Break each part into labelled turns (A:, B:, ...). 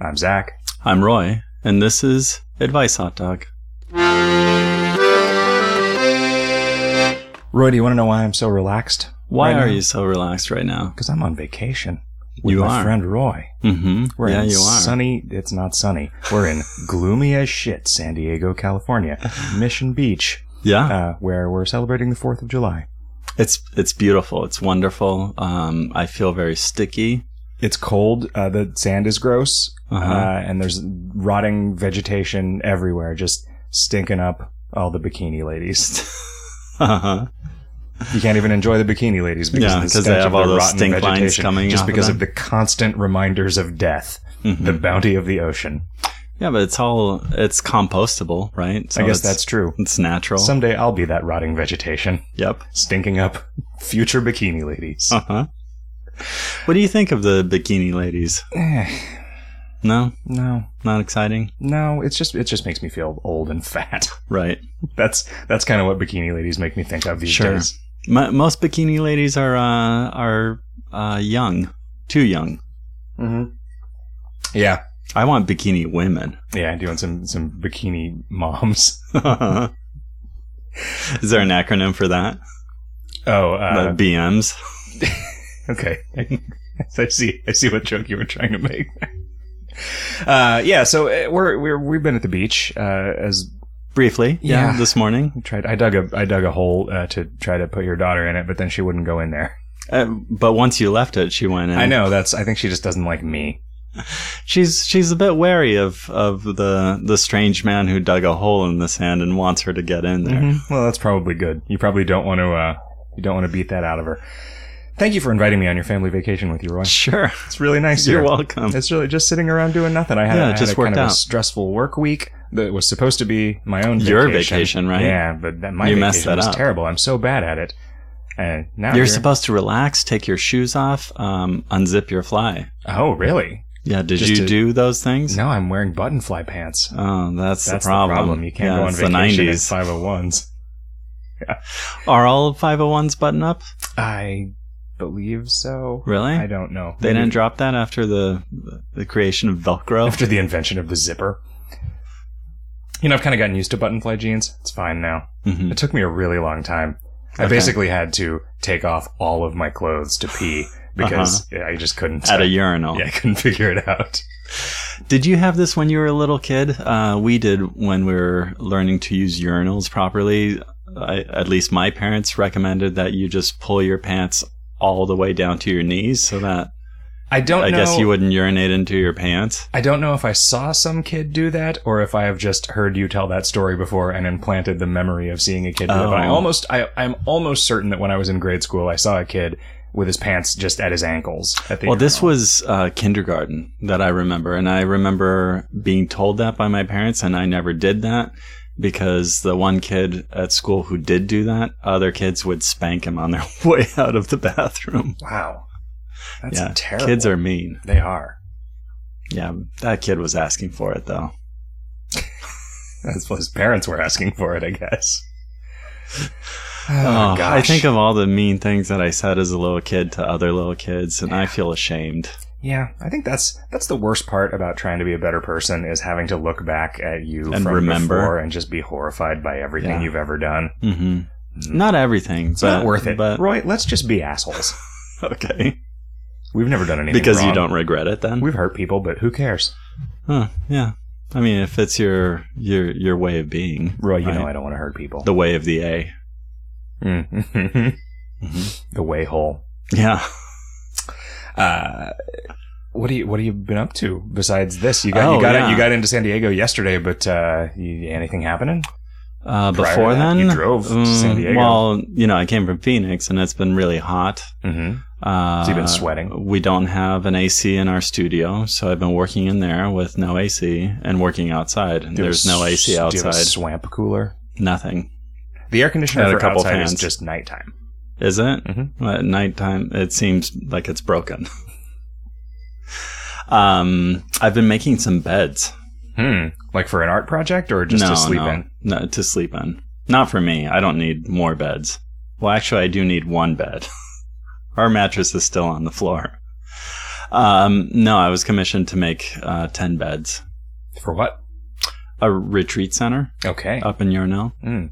A: I'm Zach.
B: I'm Roy, and this is Advice Hot Dog.
A: Roy, do you want to know why I'm so relaxed?
B: Why
A: Right
B: are
A: now?
B: you so relaxed right now?
A: Because I'm on vacation with
B: You
A: my
B: are.
A: friend Roy.
B: Mm-hmm.
A: We're
B: yeah,
A: in
B: you are.
A: sunny. It's not sunny. We're in gloomy as shit, San Diego, California, Mission Beach,
B: yeah,
A: uh, where we're celebrating the Fourth of July.
B: it's it's beautiful. It's wonderful. Um, I feel very sticky.
A: It's cold. Uh, the sand is gross, uh
B: Uh-huh.
A: and there's rotting vegetation everywhere, just stinking up all the bikini ladies.
B: Uh-huh.
A: You can't even enjoy the bikini ladies because
B: Yeah,
A: of the
B: 'cause they
A: stench
B: have
A: of
B: all
A: the
B: those
A: rotten
B: stink lines
A: vegetation,
B: coming
A: just
B: off of
A: because
B: them.
A: of the constant reminders of death,
B: Mhm.
A: the bounty of the ocean.
B: Yeah, but it's all it's compostable, right? So
A: I guess
B: it's-
A: that's true.
B: it's natural.
A: Someday I'll be that rotting vegetation,
B: yep.
A: stinking up future bikini ladies.
B: Uh huh. What do you think of the bikini ladies?
A: Eh,
B: No,
A: no,
B: not exciting.
A: no, it's just it just makes me feel old and fat.
B: Right.
A: That's that's kind of what bikini ladies make me think of these
B: Sure.
A: days.
B: Mo- most bikini ladies are uh, are uh, young, too young.
A: hmm
B: Mm-hmm.
A: Yeah,
B: I want bikini women.
A: yeah, doing some some bikini moms.
B: Is there an acronym for that?
A: Oh, uh,
B: the BMs.
A: Okay. I see. I see what joke you were trying to make. Uh, yeah. So uh, we're we're we've been at the beach. Uh, as
B: Briefly, yeah.
A: Yeah.
B: This morning,
A: I tried, I dug a I dug a hole uh, to try to put your daughter in it, but then she wouldn't go in there.
B: uh, but once you left it, she went in.
A: I know that's. I think she just doesn't like me.
B: she's she's a bit wary of of the the strange man who dug a hole in the sand and wants her to get in there.
A: Well, that's probably good. You probably don't want to. Uh, you don't want to beat that out of her. Thank you for inviting me on your family vacation with you, Roy.
B: Sure,
A: It's really nice.
B: you're
A: here.
B: welcome.
A: It's really just sitting around doing nothing. I had,
B: Yeah,
A: I
B: it
A: had
B: just
A: a kind
B: worked
A: of a
B: out.
A: stressful work week that was supposed to be my own vacation.
B: Your vacation, right?
A: Yeah, but that, my
B: You
A: vacation
B: messed that
A: was
B: up.
A: terrible. I'm so bad at it. And now
B: You're
A: here-
B: supposed to relax, take your shoes off, um, unzip your fly.
A: Oh, really?
B: Yeah, did
A: Just
B: you
A: to-
B: do those things?
A: No, I'm wearing button fly pants.
B: Oh, that's,
A: That's
B: the problem.
A: You can't
B: yeah,
A: go on
B: it's
A: vacation oh
B: the
A: in
B: 90s.
A: 501s.
B: Are all 501s button up?
A: I believe so.
B: Really?
A: I don't know.
B: They
A: Maybe
B: didn't drop that after the the creation of Velcro.
A: after the invention of the zipper. You know, I've kind of gotten used to button fly jeans. It's fine now.
B: Mhm.
A: It took me a really long time. I
B: Okay.
A: basically had to take off all of my clothes to pee because I just couldn't.
B: Uh-huh. At a urinal.
A: yeah, I couldn't figure it out.
B: Did you have this when you were a little kid? Uh, we did when we were learning to use urinals properly. I, at least my parents recommended that you just pull your pants all the way down to your knees so that
A: I don't.
B: I
A: know,
B: guess you wouldn't urinate into your pants.
A: I don't know if I saw some kid do that or if I have just heard you tell that story before and implanted the memory of seeing a kid do that. But I
B: Oh.
A: almost, I, I'm almost certain that when I was in grade school, I saw a kid with his pants just at his ankles. At the
B: Well, this
A: urinal.
B: was uh, kindergarten that I remember, and I remember being told that by my parents, and I never did that because the one kid at school who did do that, other kids would spank him on their way out of the bathroom.
A: wow. That's
B: Yeah,
A: terrible.
B: Kids are mean.
A: They are.
B: Yeah, that kid was asking for it though.
A: That's what his parents were asking for it, I guess.
B: Oh, I think of all the mean things that I said as a little kid to other little kids, and I feel ashamed.
A: yeah, I think that's that's the worst part about trying to be a better person is having to look back at you
B: And
A: from
B: remember.
A: before and just be horrified by everything
B: Yeah.
A: you've ever done.
B: hmm
A: Mm.
B: Not everything,
A: It's
B: but
A: not worth it.
B: But
A: Roy, let's just be assholes.
B: okay,
A: We've never done anything
B: because you
A: wrong.
B: don't regret it then.
A: We've hurt people, but who cares?
B: Huh, yeah. I mean, if it's your your your way of being,
A: Roy, you know
B: Right.
A: I don't want to hurt people.
B: the way of the A.
A: Mm. the way hole.
B: Yeah.
A: Uh, what do you What have you been up to besides this? You got you
B: Oh,
A: got
B: yeah.
A: you got into San Diego yesterday, but uh, you, anything happening?
B: Uh,
A: Prior to
B: before
A: that,
B: then,
A: you drove to San
B: mm,
A: Diego.
B: Well, you know, I came from Phoenix, and it's been really hot.
A: Mm-hmm.
B: Uh,
A: So you've been sweating.
B: We don't have an AC in our studio, so I've been working in there with no AC and working outside. And there's no AC
A: Do you have a
B: outside.
A: swamp cooler.
B: Nothing.
A: The air conditioner
B: Had a
A: for
B: couple
A: outside is
B: fans.
A: just nighttime.
B: Is it?
A: Mhm.
B: Well, At nighttime, it seems like it's broken. um, I've been making some beds.
A: Hmm. Like for an art project or just to sleep
B: no,
A: in?
B: No, to sleep in. Not for me. I don't need more beds. Well, actually, I do need one bed. Our mattress is still on the floor. Um, no, I was commissioned to make uh, 10 beds,
A: For what?
B: a retreat center
A: Okay.
B: up in Yarnell.
A: Mm.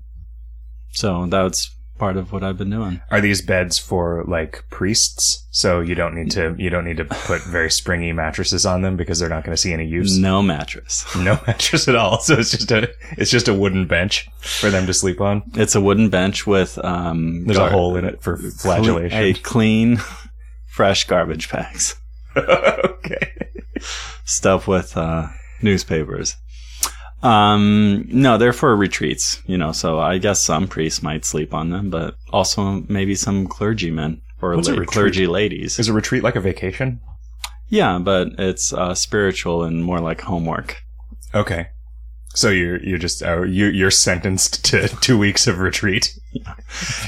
B: So that's part of what I've been doing.
A: Are these beds for like priests? So you don't need to you don't need to put very springy mattresses on them because they're not going to see any use.
B: No mattress.
A: No mattress at all. So it's just a it's just a wooden bench for them to sleep on.
B: It's a wooden bench with um,
A: There's a
B: gar-
A: hole in it for flagellation.
B: Cle- a clean, fresh garbage bags
A: okay.
B: stuff with uh, newspapers. Um, no, they're for retreats, you know. So I guess some priests might sleep on them, but also maybe some clergymen or
A: What's a
B: la-
A: retreat?
B: clergy ladies.
A: Is a retreat like a vacation?
B: Yeah, but it's uh, spiritual and more like homework.
A: Okay. So you're you're just uh, you you're sentenced to two weeks of retreat.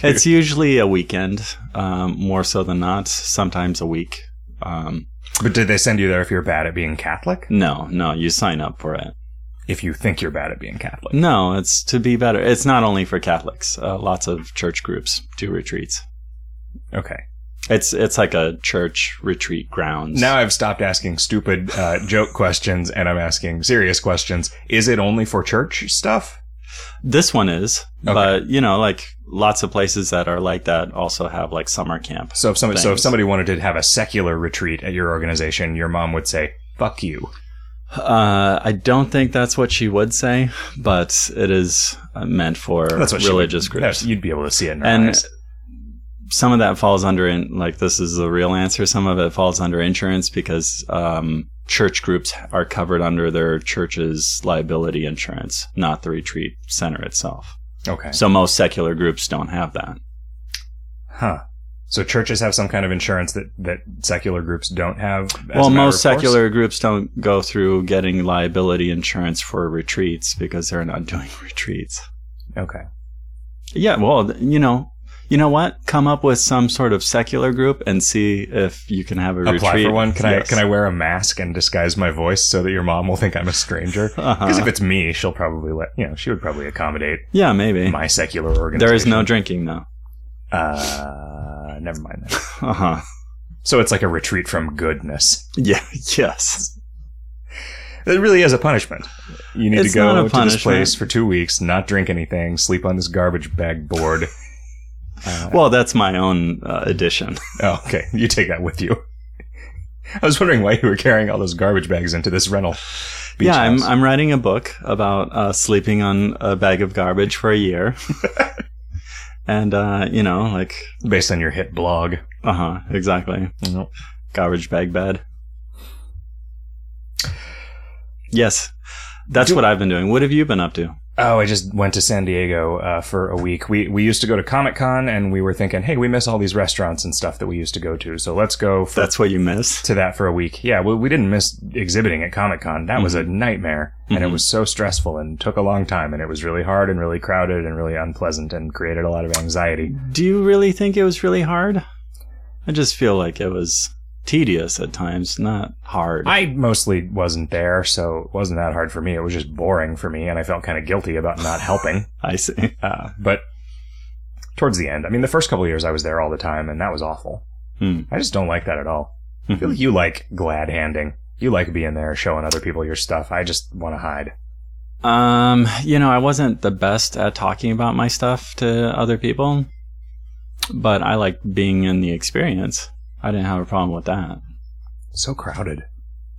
B: It's usually a weekend, um, more so than not. Sometimes a week. Um,
A: But did they send you there if you're bad at being Catholic?
B: no, no, you sign up for it.
A: If you think you're bad at being Catholic.
B: No, it's to be better. It's not only for Catholics. Uh, lots of church groups do retreats.
A: Okay.
B: It's it's like a church retreat grounds.
A: Now I've stopped asking stupid uh, joke questions and I'm asking serious questions. Is it only for church stuff?
B: this one is,
A: Okay.
B: but you know, like lots of places that are like that also have like summer camps.
A: So if somebody so if
B: Thanks.
A: somebody wanted to have a secular retreat at your organization, your mom would say, "Fuck you."
B: Uh, I don't think that's what she would say, but it is uh, meant for
A: That's what she
B: religious
A: would-
B: groups.
A: that's- You'd be able to see it in her
B: and
A: eyes.
B: some of that falls under in like this is the real answer some of it falls under insurance because um, church groups are covered under their church's liability insurance not the retreat center itself
A: Okay.
B: so most secular groups don't have that
A: Huh. So churches have some kind of insurance that that secular groups don't have. as a
B: well
A: matter
B: most
A: of course?
B: secular groups don't go through getting liability insurance for retreats because they're not doing retreats
A: Okay.
B: Yeah, well, th- you know, you know what? Come up with some sort of secular group and see if you can have a
A: Apply
B: retreat.
A: for one. Can
B: Yes.
A: I can I wear a mask and disguise my voice so that your mom will think I'm a stranger?
B: Uh-huh.
A: Because if it's me, she'll probably let you know. She would probably accommodate
B: Yeah, maybe.
A: my secular organization.
B: eh. There is no drinking though.
A: Uh, never mind. That.
B: Uh huh.
A: So it's like a retreat from goodness.
B: Yeah. Yes.
A: It really is a punishment. You need
B: It's
A: to go
B: not a
A: to this
B: punishment.
A: place for two weeks, not drink anything, sleep on this garbage bag board. Uh,
B: Well, that's my own uh, addition.
A: Oh, okay. You take that with you. I was wondering why you were carrying all those garbage bags into this rental. Beach
B: yeah, I'm
A: house.
B: I'm writing a book about uh, sleeping on a bag of garbage for a year, and uh, you know, like,
A: based on your hit blog.
B: uh huh, exactly,
A: Nope.
B: garbage bag bed. Yes, that's
A: Do-
B: what I've been doing. What have you been up to?
A: Oh, I just went to San Diego uh, for a week. We we used to go to Comic Con, and we were thinking, hey, we miss all these restaurants and stuff that we used to go to, so let's go for,
B: That's what you missed.
A: to that for a week. Yeah, well, we didn't miss exhibiting at Comic Con. That was a nightmare, and it
B: Mhm.
A: was so stressful and took a long time, and it was really hard and really crowded and really unpleasant and created a lot of anxiety.
B: Do you really think it was really hard? I just feel like it was tedious at times, not hard.
A: I mostly wasn't there, so it wasn't that hard for me. It was just boring for me, and I felt kind of guilty about not helping.
B: I see.
A: Uh, but towards the end, I mean, the first couple of years I was there all the time, and that was awful.
B: Hmm.
A: I just don't like that at all. I feel like you like glad handing. You like being there, showing other people your stuff. I just want to hide.
B: Um, you know, I wasn't the best at talking about my stuff to other people, but I like being in the experience. I didn't have a problem with that.
A: So crowded.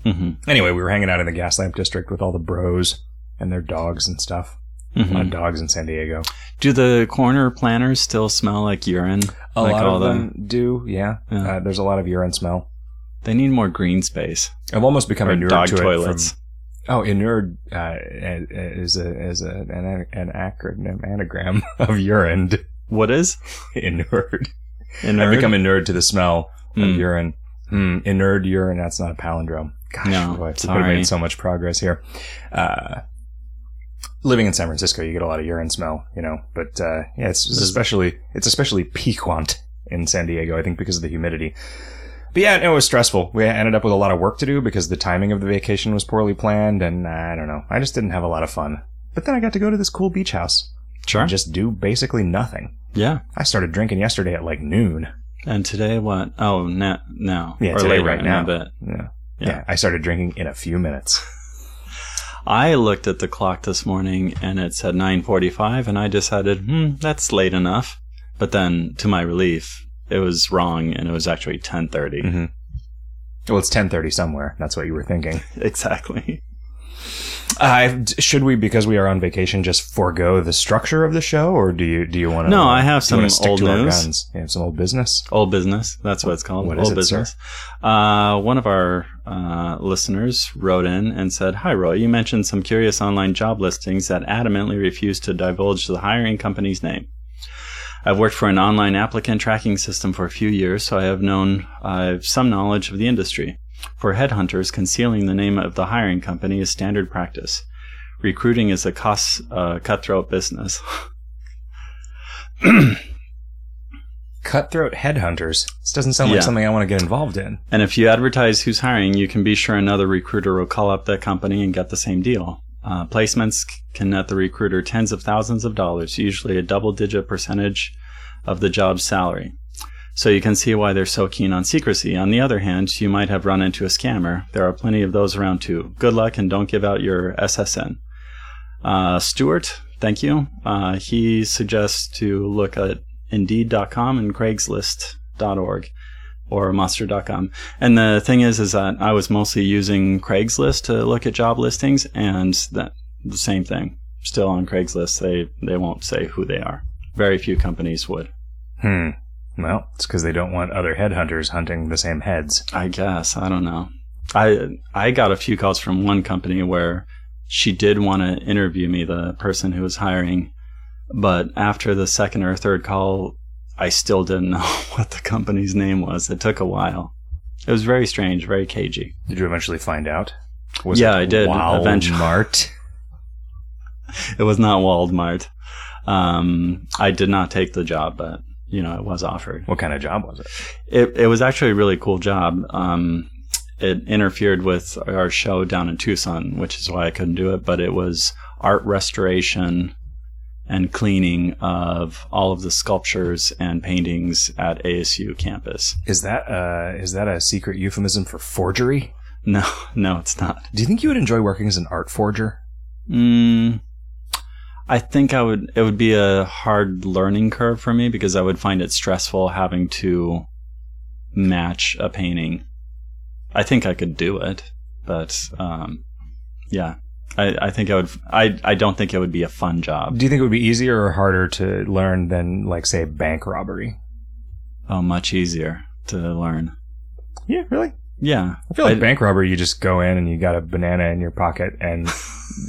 B: Mm-hmm.
A: Anyway, we were hanging out in the gas lamp district with all the bros and their dogs and stuff. A lot
B: hmm
A: of dogs in San Diego.
B: Do the corner planners still smell like urine?
A: A
B: like
A: lot
B: all
A: of
B: the-
A: them do. Yeah,
B: Yeah.
A: Uh, there's a lot of urine smell.
B: They need more green space
A: I've almost become
B: or
A: inured
B: dog
A: to it.
B: toilets.
A: From, oh, inured uh, is a is a an, an acronym anagram of urine.
B: What is?
A: Inured. I've
B: Inert?
A: become inured to the smell of
B: Mm.
A: urine. Hmm. Inured urine. That's not a palindrome. Gosh,
B: No,
A: boy, we could have
B: sorry.
A: made so much progress here. Uh, living in San Francisco, you get a lot of urine smell, you know. But uh, yeah, it's, it's especially it's especially piquant in San Diego, I think, because of the humidity. But yeah, no, it was stressful. We ended up with a lot of work to do because the timing of the vacation was poorly planned, and uh, I don't know. I just didn't have a lot of fun. But then I got to go to this cool beach house
B: Sure.
A: and just do basically nothing.
B: yeah.
A: I started drinking yesterday at like noon.
B: And today what? Oh, now. now
A: Yeah, today, right
B: in a
A: now.
B: bit.
A: Yeah.
B: Yeah.
A: yeah. I started drinking in a few minutes.
B: I looked at the clock this morning and it said 9:45 and I decided, "Hmm, that's late enough." But then to my relief, it was wrong and it was actually 10:30.
A: Mhm. Well, it's 10:30 somewhere. That's what you were thinking.
B: Exactly.
A: Uh, should we, because we are on vacation, just forego the structure of the show, or do you do you want to?
B: No, I have some
A: stick
B: old
A: to our
B: news.
A: guns? You have some old business.
B: Old business. That's what it's called.
A: What
B: Old
A: is it, sir?
B: business. Uh, one of our uh, listeners wrote in and said, "Hi Roy, you mentioned some curious online job listings that adamantly refuse to divulge the hiring company's name. I've worked for an online applicant tracking system for a few years, so I have known I have some knowledge of the industry. For headhunters, concealing the name of the hiring company is standard practice. Recruiting is a cost, uh, cutthroat business.
A: Cutthroat headhunters. This doesn't sound
B: Yeah.
A: like something I want to get involved in.
B: And if you advertise who's hiring, you can be sure another recruiter will call up that company and get the same deal. Uh, placements c- can net the recruiter tens of thousands of dollars, usually a double digit percentage of the job's salary. So you can see why they're so keen on secrecy. On the other hand, you might have run into a scammer. There are plenty of those around too. Good luck and don't give out your SSN. Uh, Stuart, thank you. Uh, he suggests to look at Indeed.com and Craigslist.org or monster.com. And the thing is, is that I was mostly using Craigslist to look at job listings, and that the same thing. Still on Craigslist, they they won't say who they are. Very few companies would,
A: Hmm. Well, it's because they don't want other headhunters hunting the same heads.
B: I guess. I don't know. I I got a few calls from one company where she did want to interview me, the person who was hiring, but after the second or third call, I still didn't know what the company's name was. It took a while. It was very strange, very cagey.
A: Did you eventually find out?
B: Yeah, I did, eventually.
A: Mart.
B: it was not Walmart. Um, I did not take the job, but you know it was offered.
A: What kind of job was it?
B: It it was actually a really cool job. Um, it interfered with our show down in Tucson, which is why I couldn't do it. But it was art restoration and cleaning of all of the sculptures and paintings at ASU campus.
A: Is that uh, is that a secret euphemism for forgery?
B: No, no, it's not.
A: Do you think you would enjoy working as an art forger?
B: Mm, I think I would. It would be a hard learning curve for me because I would find it stressful having to match a painting. I think I could do it, but um, yeah, I, I think I would. I I don't think it would be a fun job.
A: Do you think it would be easier or harder to learn than, like, say, bank robbery?
B: Oh, much easier to learn.
A: Yeah, really.
B: Yeah,
A: I feel like
B: I-
A: bank robbery. You just go in and you got a banana in your pocket and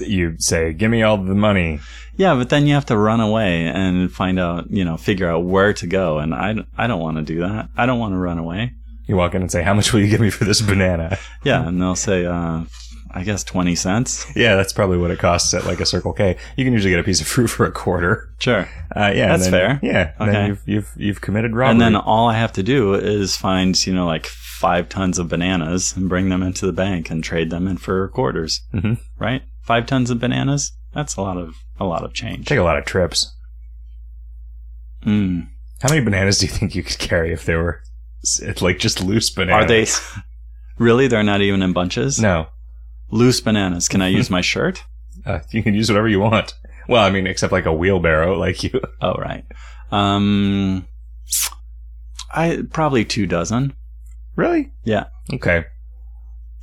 A: you say, "Give me all the money."
B: yeah, but then you have to run away and find out. You know, figure out where to go, and I I don't want to do that. I don't want to run away.
A: You walk in and say, "How much will you give me for this banana?"
B: Yeah, and they'll say, uh, I guess twenty cents.
A: yeah, that's probably what it costs at like a Circle K. You can usually get a piece of fruit for a quarter.
B: Sure.
A: Uh, yeah, and
B: That's
A: then-
B: fair.
A: Yeah, and
B: Okay.
A: then you've, you've you've committed robbery.
B: And then all I have to do is find, you know, like five tons of bananas and bring them into the bank and trade them in for quarters.
A: Mhm.
B: Right? Five tons of bananas. That's a lot of a lot of change.
A: take a lot of trips.
B: Mm.
A: How many bananas do you think you could carry if they were s- like just loose bananas?
B: Are they really? They're not even in bunches.
A: No,
B: Loose bananas. Can I use my shirt?
A: uh, you can use whatever you want. Well, I mean, except like a wheelbarrow, like you.
B: Oh, right. Um, I probably two dozen.
A: Really?
B: Yeah.
A: Okay.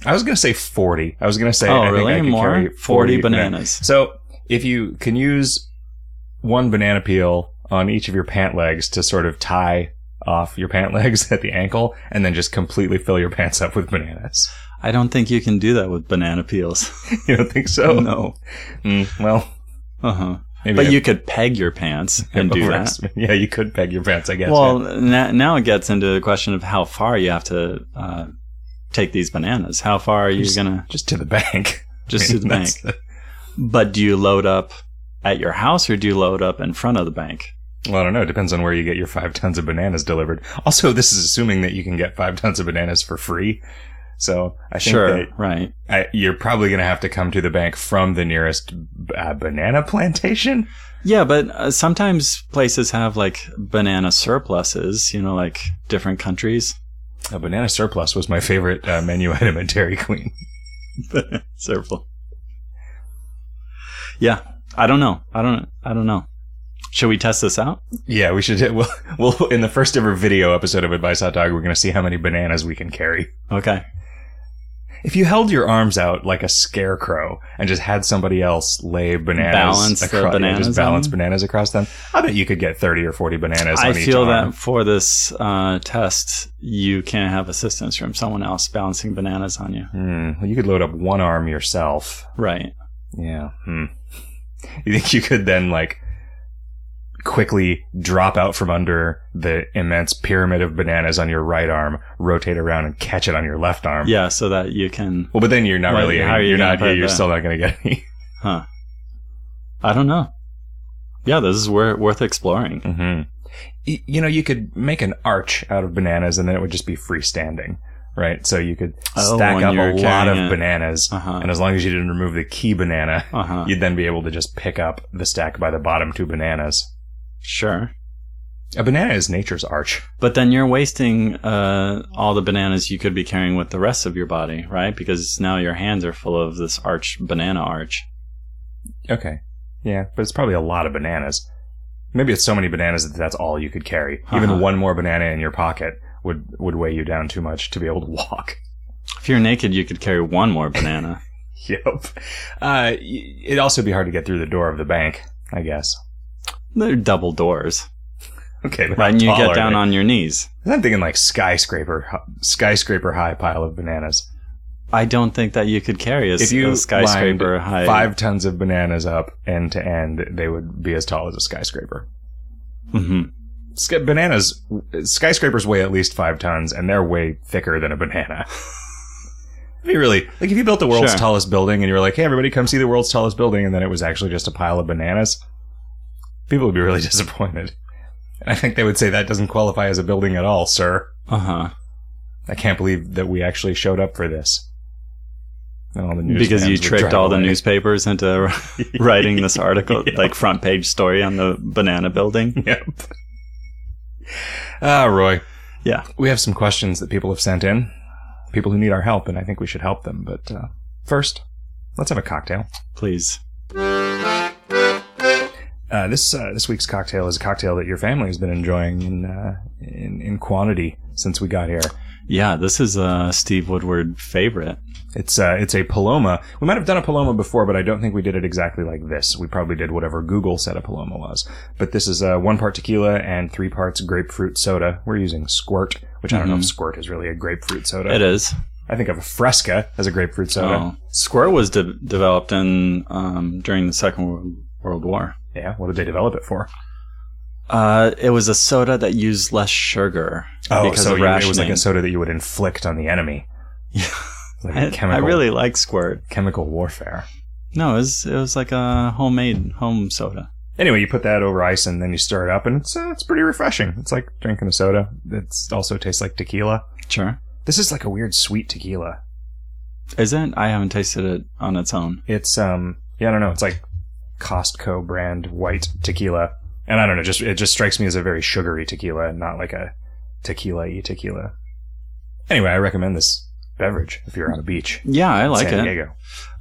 A: I was gonna say forty. I was gonna say I
B: oh,
A: think I
B: really?
A: could
B: More?
A: carry
B: 40, bananas.
A: So if you can use one banana peel on each of your pant legs to sort of tie off your pant legs at the ankle, and then just completely fill your pants up with bananas.
B: I don't think you can do that with banana peels.
A: You don't think so?
B: no.
A: Mm, well,
B: Uh huh.
A: maybe
B: But
A: I-
B: you could peg your pants and do that.
A: Yeah, you could peg your pants. I guess.
B: Well, na- now it gets into the question of how far you have to uh, take these bananas. How far are you
A: Just-
B: gonna
A: yeah. just to the bank.
B: just to the bank?
A: That's-
B: But do you load up at your house or do you load up in front of the bank?
A: Well, I don't know. It depends on where you get your five tons of bananas delivered. Also, this is assuming that you can get five tons of bananas for free. So I think
B: sure,
A: that
B: right.
A: I, you're probably going to have to come to the bank from the nearest uh, banana plantation.
B: Yeah, but uh, sometimes places have like banana surpluses, you know, like different countries.
A: A banana surplus was my favorite uh, menu item at Dairy Queen.
B: Surplus. Yeah, I don't know. I don't. I don't know. Should we test this out?
A: Yeah, we should. We'll, we'll in the first ever video episode of Advice Hot Dog, we're going to see how many bananas we can carry.
B: Okay.
A: If you held your arms out like a scarecrow and just had somebody else lay bananas,
B: Balance the
A: across,
B: bananas on
A: just balance
B: them?
A: bananas across them, I bet you could get thirty or forty bananas.
B: I
A: on each
B: feel
A: arm.
B: that for this uh, test, you can't have assistance from someone else balancing bananas on you.
A: Hmm, well, you could load up one arm yourself.
B: Right.
A: Yeah. Hmm. You think you could then like quickly drop out from under the immense pyramid of bananas on your right arm, rotate around, and catch it on your left arm?
B: Yeah, so that you can.
A: Well, but then you're not
B: Like,
A: really.
B: how are you
A: you're
B: gonna
A: not.
B: put
A: You're
B: the-
A: still not going to get any.
B: Huh. I don't know. Yeah, this is wor- worth exploring.
A: hmm You know, you could make an arch out of bananas, and then it would just be freestanding, right? So you could
B: Oh,
A: stack
B: when
A: up a
B: you're
A: lot of
B: carrying it.
A: bananas,
B: Uh huh.
A: and as long as you didn't remove the key banana,
B: Uh huh.
A: you'd then be able to just pick up the stack by the bottom two bananas.
B: Sure.
A: A banana is nature's arch.
B: But then you're wasting uh, all the bananas you could be carrying with the rest of your body, right? Because now your hands are full of this arch banana arch.
A: Okay, yeah, but it's probably a lot of bananas. Maybe it's so many bananas that that's all you could carry.
B: Uh-huh.
A: Even one more banana in your pocket would would weigh you down too much to be able to walk.
B: If you're naked, you could carry one more banana.
A: Yep. Uh, y- it'd also be hard to get through the door of the bank, I guess.
B: They're double doors,
A: Okay, but
B: right? And you
A: how tall
B: get
A: are
B: down
A: they?
B: on your knees.
A: I'm thinking like skyscraper, skyscraper high pile of bananas.
B: I don't think that you could carry a,
A: If you
B: a skyscraper
A: lined
B: high.
A: Five tons of bananas up end to end, they would be as tall as a skyscraper.
B: Mhm.
A: Sk- bananas, skyscrapers weigh at least five tons, and they're way thicker than a banana. I mean, really, like if you built the world's
B: Sure.
A: tallest building and you were like, "Hey, everybody, come see the world's tallest building," and then it was actually just a pile of bananas, people would be really disappointed. And I think they would say that doesn't qualify as a building at all, sir.
B: Uh huh.
A: I can't believe that we actually showed up for this. And all the news
B: Because you
A: vans would drive
B: tricked all the
A: away.
B: newspapers into writing this article, like front page story on the banana building.
A: Yep. Ah, Roy.
B: Yeah.
A: We have some questions that people have sent in. People who need our help, and I think we should help them. But uh, first, let's have a cocktail.
B: Please.
A: Uh, this uh, this week's cocktail is a cocktail that your family has been enjoying in uh, in, in quantity since we got here.
B: Yeah, this is a Steve Woodward favorite.
A: It's uh, it's a Paloma. We might have done a Paloma before, but I don't think we did it exactly like this. We probably did whatever Google said a Paloma was. But this is uh, one part tequila and three parts grapefruit soda. We're using Squirt, which I don't know if
B: Mhm.
A: Squirt is really a grapefruit soda.
B: It is.
A: I think of Fresca as a grapefruit soda.
B: Oh. Squirt was de- developed in um, during the Second World, World War.
A: Yeah, what did they develop it for?
B: Uh, it was a soda that used less sugar
A: Oh,
B: because
A: so
B: of
A: you-
B: rationing.
A: it was like a soda that you would inflict on the enemy.
B: Yeah.
A: Like
B: I,
A: a
B: I
A: chemical,
B: really like Squirt.
A: chemical warfare.
B: No, it was, it was like a homemade home soda.
A: Anyway, you put that over ice and then you stir it up, and it's uh, it's pretty refreshing. It's like drinking a soda. It also tastes like tequila.
B: Sure.
A: This is like a weird sweet tequila.
B: Is it? I haven't tasted it on its own.
A: It's um yeah, I don't know, it's like Costco brand white tequila. And I don't know, just it just strikes me as a very sugary tequila and not like a tequila y tequila. Anyway, I recommend this beverage if you're on a beach.
B: Yeah, I like
A: San
B: it.
A: Diego.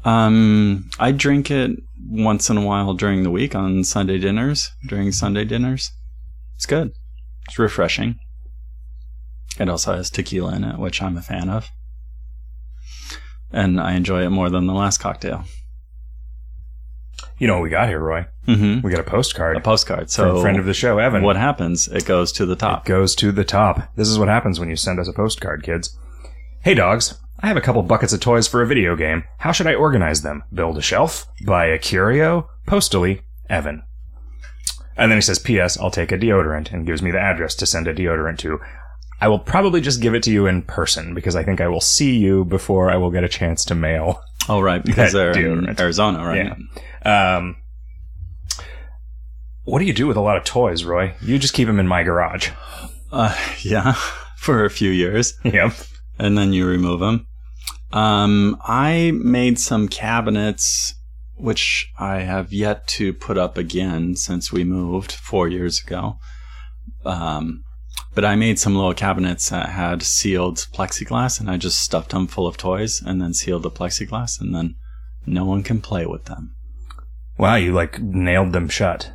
B: Um, I drink it once in a while during the week on Sunday dinners. During Sunday dinners, it's good. It's refreshing. It also has tequila in it, which I'm a fan of, and I enjoy it more than the last cocktail.
A: You know what we got here, Roy?
B: hmm
A: We got a postcard
B: A postcard.
A: from
B: So,
A: a friend of the show, Evan.
B: what happens? It goes to the
A: It
B: top.
A: goes to the top. This is what happens when you send us a postcard, kids. Hey, dogs. I have a couple buckets of toys for a video game. How should I organize them? Build a shelf? Buy a curio? Postally, Evan. And then he says, P.S. I'll take a deodorant and gives me the address to send a deodorant to. I will probably just give it to you in person because I think I will see you before I will get a chance to mail.
B: Oh, right, because
A: That
B: they're in
A: deodorant.
B: Arizona, right?
A: Yeah. Um, what do you do with a lot of toys, Roy? You just keep them in my garage.
B: Uh, yeah, for a few years,
A: Yep.
B: and then you remove them. Um, I made some cabinets, which I have yet to put up again since we moved four years ago. Um, but I made some little cabinets that had sealed plexiglass, and I just stuffed them full of toys and then sealed the plexiglass, and then no one can play with them.
A: Wow, you like nailed them shut.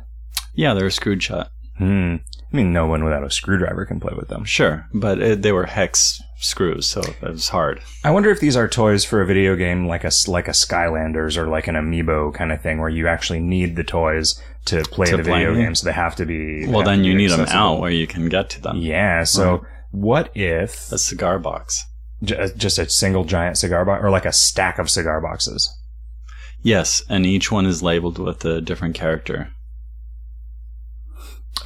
B: Yeah, they're screwed shut.
A: Hmm. I mean, no one without a screwdriver can play with them.
B: Sure, but it, they were hex screws, so it was hard.
A: I wonder if these are toys for a video game like a like a Skylanders or like an Amiibo kind of thing, where you actually need the toys to play
B: To
A: the
B: play
A: video
B: them?
A: game, so they have to be. they
B: Well,
A: have
B: then
A: to
B: you
A: be
B: need them
A: accessible.
B: out where you can get to them.
A: Yeah. So what if
B: A cigar box.
A: j- uh, just a single giant cigar box or like a stack of cigar boxes?
B: Yes, and each one is labeled with a different character.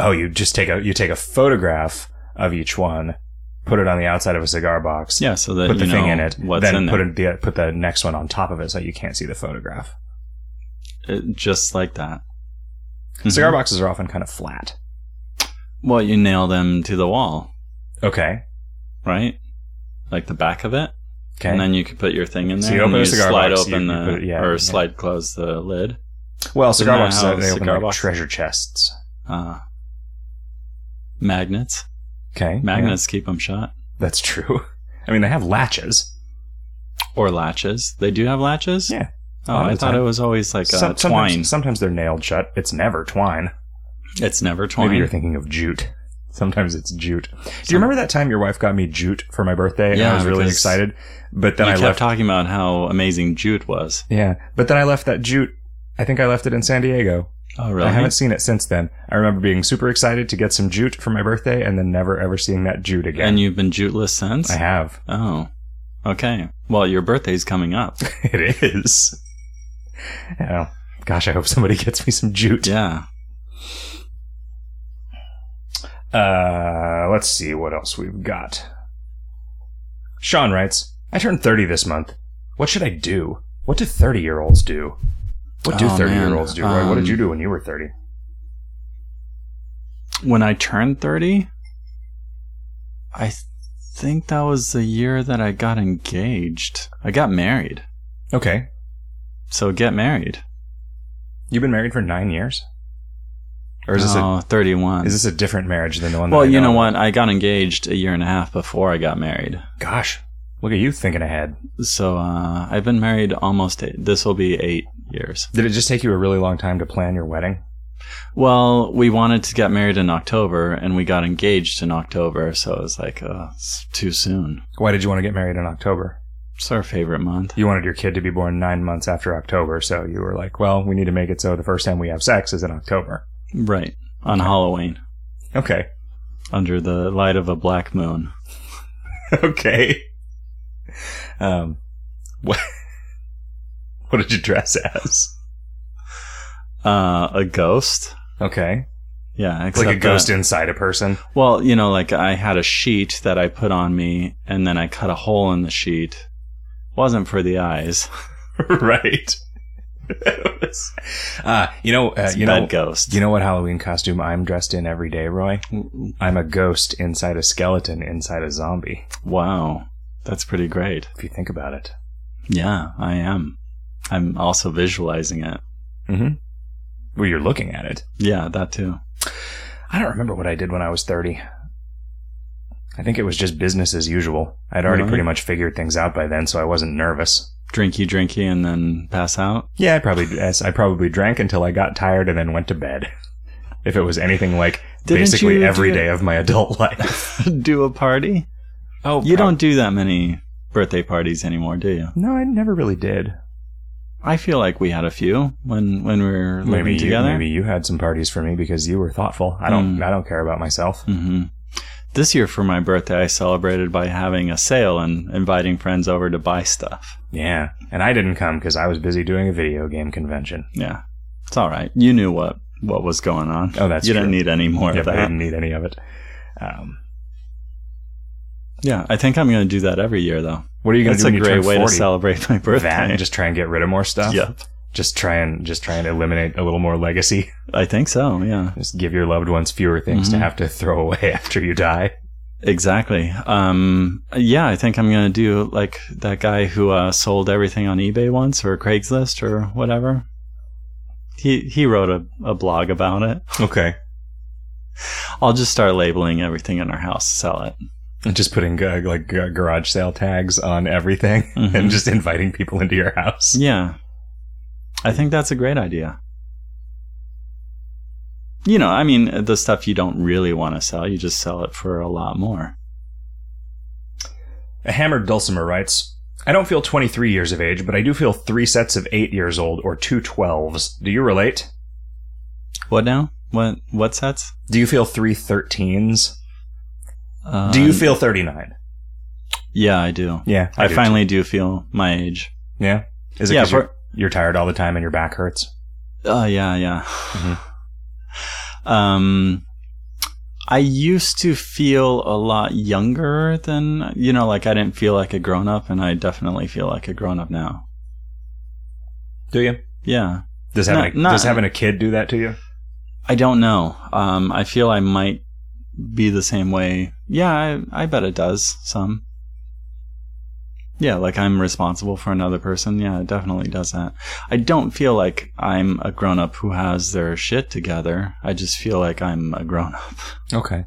A: Oh, you just take a you take a photograph of each one, put it on the outside of a cigar box.
B: Yeah, so that
A: Put the
B: you
A: thing
B: know
A: in it,
B: what's
A: then
B: in
A: put
B: there.
A: it, the, put the next one on top of it, so you can't see the photograph.
B: It- just like that.
A: Cigar
B: Mhm.
A: boxes are often kind of flat.
B: Well, you nail them to the wall,
A: Okay.
B: right? Like the back of it,
A: Okay.
B: and then you could put your thing in there.
A: So you open
B: and
A: a cigar
B: slide
A: box,
B: open
A: you- you
B: the
A: put- yeah,
B: or
A: yeah.
B: slide close the lid.
A: well, cigar
B: Isn't that
A: boxes
B: how
A: uh, they open
B: cigar
A: like
B: box-
A: treasure chests.
B: Uh, magnets,
A: Okay. yeah,
B: magnets keep 'em keep them shut,
A: that's true. I mean, they have latches.
B: or latches. They do have latches.
A: Yeah, a
B: Oh,
A: lot of
B: I
A: the
B: thought
A: time.
B: it was always like a
A: Some-
B: twine.
A: Sometimes, sometimes they're nailed shut. It's never twine.
B: It's never twine.
A: Maybe you're thinking of jute. Sometimes it's jute. Do you remember that time your wife got me jute for my birthday? and I
B: Yeah,
A: was really
B: because
A: excited, but then
B: you
A: I
B: kept
A: left.
B: talking about how amazing Jude was.
A: yeah, but then I left that jute. I think I left it in San Diego.
B: Oh, really?
A: I haven't seen it since then. I remember being super excited to get some jute for my birthday, and then never ever seeing that jute again.
B: And you've been Juteless since?
A: I have.
B: Oh, okay. Well, your birthday's coming up.
A: It is. Oh, gosh, I hope somebody gets me some jute.
B: yeah.
A: Uh, let's see what else we've got. Sean writes, I turned 30 this month. What should I do? What do 30 year olds do? What do
B: Oh,
A: 30 year olds
B: man.
A: do, Roy? what did
B: Um,
A: you do when you were 30?
B: When I turned 30, I th- think that was the year that I got engaged. I got married.
A: Okay.
B: So get married.
A: You've been married for nine years? Or is, this, a,
B: no, 31.
A: is this a different marriage than the one
B: Oh, well,
A: that I
B: you know what? I got engaged a year and a half before I got married.
A: Gosh, look at you thinking ahead.
B: So uh, I've been married almost eight. This will be eight years.
A: Did it just take you a really long time to plan your wedding?
B: Well, we wanted to get married in October and we got engaged in October. So it was like, uh, it's too soon.
A: Why did you want to get married in October?
B: It's our favorite month.
A: you wanted your kid to be born nine months after October, so you were like, well, we need to make it so the first time we have sex is in October.
B: Right. On Halloween,
A: Okay.
B: under the light of a black moon.
A: okay. Um, what, what did you dress as?
B: Uh, a ghost.
A: Okay.
B: Yeah.
A: Like
B: Except
A: a ghost
B: that-
A: inside a person.
B: well, you know, like I had a sheet that I put on me and then I cut a hole in the sheet. Wasn't for the eyes.
A: right. uh, you know, uh,
B: It's
A: you
B: bed
A: know,
B: ghost.
A: you know what Halloween costume I'm dressed in every day, Roy?
B: know,
A: I'm a ghost inside a skeleton inside a zombie.
B: wow. That's pretty great.
A: If you think about it.
B: Yeah, I am. I'm also visualizing it.
A: Mm-hmm. Well, you're looking at it.
B: Yeah, that too.
A: I don't remember what I did when I was 30. I think it was just business as usual. I'd already
B: Really?
A: pretty much figured things out by then, so I wasn't nervous.
B: Drinky, drinky, and then pass out.
A: Yeah, I probably yes, I probably drank until I got tired and then went to bed. If it was anything like
B: Didn't
A: basically
B: you
A: every
B: do-
A: day of my adult life.
B: do a party.
A: Oh,
B: You don't do that many birthday parties anymore, do you?
A: No, I never really did.
B: I feel like we had a few when when we were living
A: Maybe you,
B: together.
A: maybe you had some parties for me because you were thoughtful. I don't
B: Mm.
A: I don't care about myself.
B: hmm This year for my birthday, I celebrated by having a sale and inviting friends over to buy stuff.
A: Yeah, and I didn't come because I was busy doing a video game convention.
B: Yeah, it's all right. You knew what what was going on.
A: Oh, that's
B: you
A: true.
B: didn't need any more
A: Yep,
B: of
A: I
B: that.
A: didn't need any of it. Um,
B: yeah, I think I'm going to do that every year though.
A: what are you going to
B: That's
A: do
B: a
A: when you turn
B: great way
A: 40?
B: to celebrate my birthday.
A: that and just try and get rid of more stuff.
B: yep,
A: Just try and just try and eliminate a little more legacy.
B: I think so. Yeah,
A: Just give your loved ones fewer things to
B: Mhm.
A: have to throw away after you die.
B: Exactly. Um, yeah, I think I'm going to do like that guy who uh, sold everything on eBay once or Craigslist or whatever. He he wrote a, a blog about it.
A: Okay.
B: I'll just start labeling everything in our house, sell it.
A: And just putting uh, like uh, garage sale tags on everything
B: Mhm.
A: and just inviting people into your house.
B: Yeah. I think that's a great idea. You know, I mean, the stuff you don't really want to sell, you just sell it for a lot more.
A: A hammered dulcimer writes, I don't feel 23 years of age, but I do feel three sets of eight years old or two 12s. Do you relate?
B: What now? What what sets?
A: Do you feel three 13s?
B: Uh,
A: do you feel 39?
B: Yeah, I do.
A: Yeah.
B: I,
A: do
B: finally do feel my age.
A: too. Yeah. Is it
B: yeah,
A: 'cause
B: for-
A: you're, you're tired all the time and your back hurts?
B: Oh yeah, yeah. Um, I used to feel a lot younger than you know, like I didn't feel like a grown up, and I definitely feel like a grown up now.
A: Do you?
B: Yeah,
A: Does having,
B: No,
A: a,
B: no.
A: does having a kid do that to you?
B: I don't know. Um, I feel I might be the same way. Yeah, I, I bet it does some. Yeah, like I'm responsible for another person. Yeah, it definitely does that. I don't feel like I'm a grown up who has their shit together. I just feel like I'm a grown up.
A: Okay.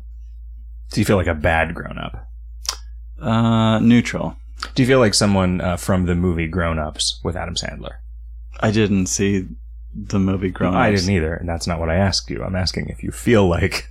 A: Do you feel like a bad grown up?
B: Uh, neutral.
A: Do you feel like someone uh, from the movie Grown Ups with Adam Sandler?
B: I didn't see the movie Grown Ups.
A: I didn't either, and that's not what I asked you. I'm asking if you feel like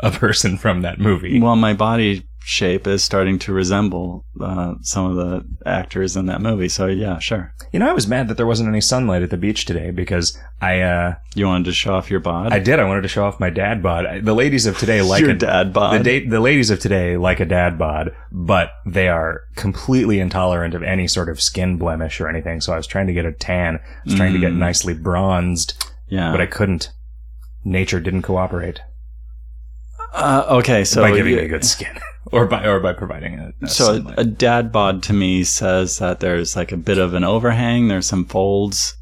A: a person from that movie.
B: Well, my body shape is starting to resemble uh, some of the actors in that movie. So yeah, sure.
A: You know, I was mad that there wasn't any sunlight at the beach today because I uh,
B: You wanted to show off your bod?
A: I did. I wanted to show off my dad bod. I- The ladies of today like
B: your
A: a,
B: dad
A: the
B: bod.
A: da- the ladies of today like a dad bod, but they are completely intolerant of any sort of skin blemish or anything. So I was trying to get a tan. I was trying to get
B: Mm. Ah.
A: nicely bronzed,
B: yeah.
A: but I couldn't. Nature didn't cooperate
B: uh, okay, so
A: by giving
B: you-
A: me good skin, or by or by providing a, a
B: so uh,
A: sunlight.
B: a dad bod to me says that there's like a bit of an overhang. There's some folds.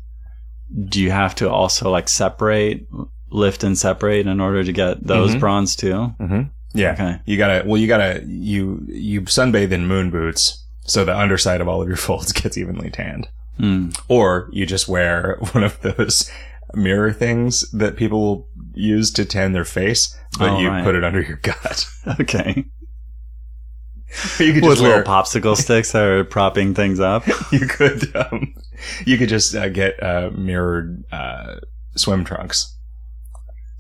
B: Do you have to also like separate, lift and separate in order to get those
A: Mhm.
B: bronze too?
A: hmm Yeah.
B: Okay.
A: You gotta, well, you gotta, you, you sunbathe in moon boots so the underside of all of your folds gets evenly tanned.
B: Mm.
A: Or you just wear one of those mirror things that people use to tan their face, but
B: Oh,
A: you
B: right.
A: put it under your gut.
B: Okay.
A: you could
B: With
A: just
B: little
A: wear,
B: popsicle sticks that are propping things up.
A: you could, um, you could just uh, get, uh, mirrored, uh, swim trunks.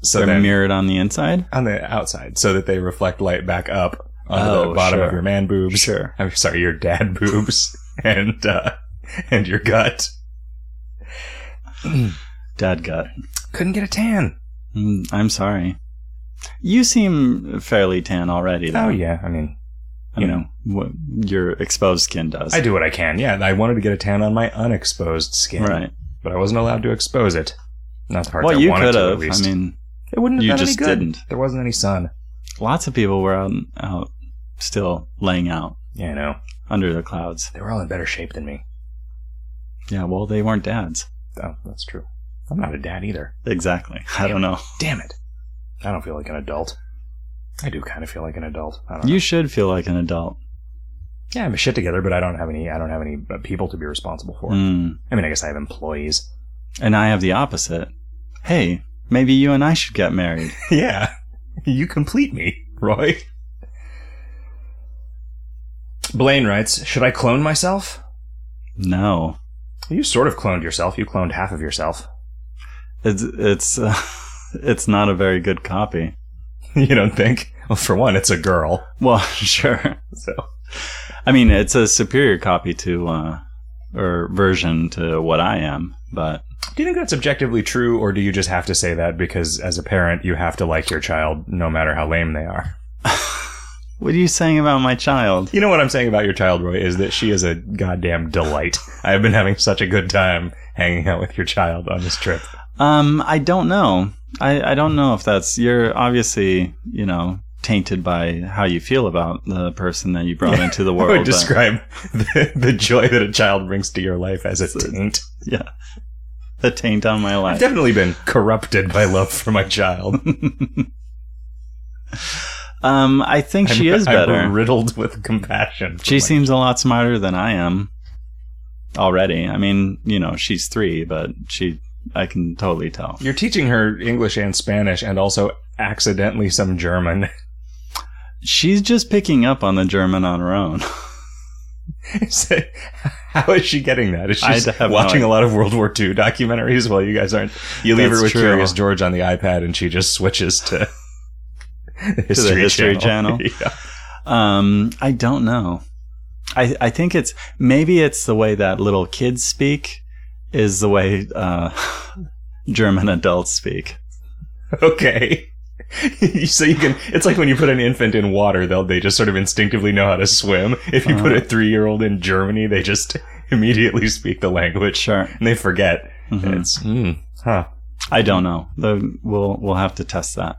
A: So
B: They're
A: then
B: mirrored on the inside.
A: on the outside so that they reflect light back up on the
B: Oh,
A: bottom of
B: sure.
A: your man boobs.
B: Sure.
A: I'm sorry, your dad boobs and uh, and your gut.
B: Dad gut.
A: Couldn't get a tan.
B: Mm, I'm sorry. You seem fairly tan already. Though.
A: Oh yeah, I mean,
B: I
A: you
B: mean, what your exposed skin does.
A: I do what I can. Yeah, I wanted to get a tan on my unexposed skin,
B: Right.
A: But I wasn't allowed to expose it. Not the part
B: Well,
A: that
B: you
A: I wanted
B: could
A: to. At
B: have. I
A: least
B: mean,
A: it wouldn't have
B: you
A: done
B: just
A: any good.
B: didn't.
A: There wasn't any sun.
B: lots of people were out, out still laying out
A: Yeah, I know.
B: under the clouds.
A: They were all in better shape than me.
B: Yeah, well, they weren't dads.
A: Oh, that's true. I'm not a dad either.
B: Exactly. I don't know.
A: Damn it. I don't feel like an adult. I do kind of feel like an adult. I don't know.
B: You should feel like an adult.
A: Yeah, I'm a shit together, but I don't have any. I don't have any uh, people to be responsible for.
B: Mm.
A: I mean, I guess I have employees.
B: And I have the opposite. Hey, maybe you and I should get married.
A: yeah, you complete me, Roy. Blaine writes, "Should I clone myself?"
B: no.
A: You sort of cloned yourself. You cloned half of yourself.
B: It's it's uh, it's not a very good copy.
A: you don't think? Well, for one, it's a girl.
B: Well, sure.
A: So
B: I mean, it's a superior copy to uh, or version to what I am, but
A: Do you think that's objectively true, or do you just have to say that because, as a parent, you have to like your child no matter how lame they are?
B: what are you saying about my child?
A: You know what I'm saying about your child, Roy, is that she is a goddamn delight. I have been having such a good time hanging out with your child on this trip.
B: Um, I don't know. I, I don't know if that's you're obviously you know tainted by how you feel about the person that you brought into the
A: I
B: world. uh,
A: would
B: but-
A: describe the, the joy that a child brings to your life as a
B: It's a-
A: taint.
B: yeah, the taint on my
A: I've
B: life.
A: definitely been corrupted by love for my child.
B: Um, I think she
A: I'm-
B: is
A: I'm
B: better.
A: riddled with compassion. for
B: she
A: my-
B: seems a lot smarter than I am already. I mean, you know, she's three, but she, I can totally tell.
A: You're teaching her English and Spanish, and also accidentally some German.
B: She's just picking up on the German on her own.
A: So, How is she getting that? Is she
B: I
A: s-
B: have no
A: watching
B: idea.
A: a lot of World War II documentaries while you guys aren't? You leave
B: That's
A: her with
B: true.
A: Curious George on the iPad, and she just switches to the History,
B: History Channel.
A: Yeah.
B: Um, I don't know. I I think it's maybe it's the way that little kids speak is the way uh, German adults speak.
A: Okay. so you can. It's like when you put an infant in water, they'll they just sort of instinctively know how to swim. If you put a
B: Uh-huh.
A: three year old in Germany, they just immediately speak the language
B: Sure.
A: and they forget.
B: Mhm.
A: It's hmm, huh.
B: I don't know. The, we'll we'll have to test that.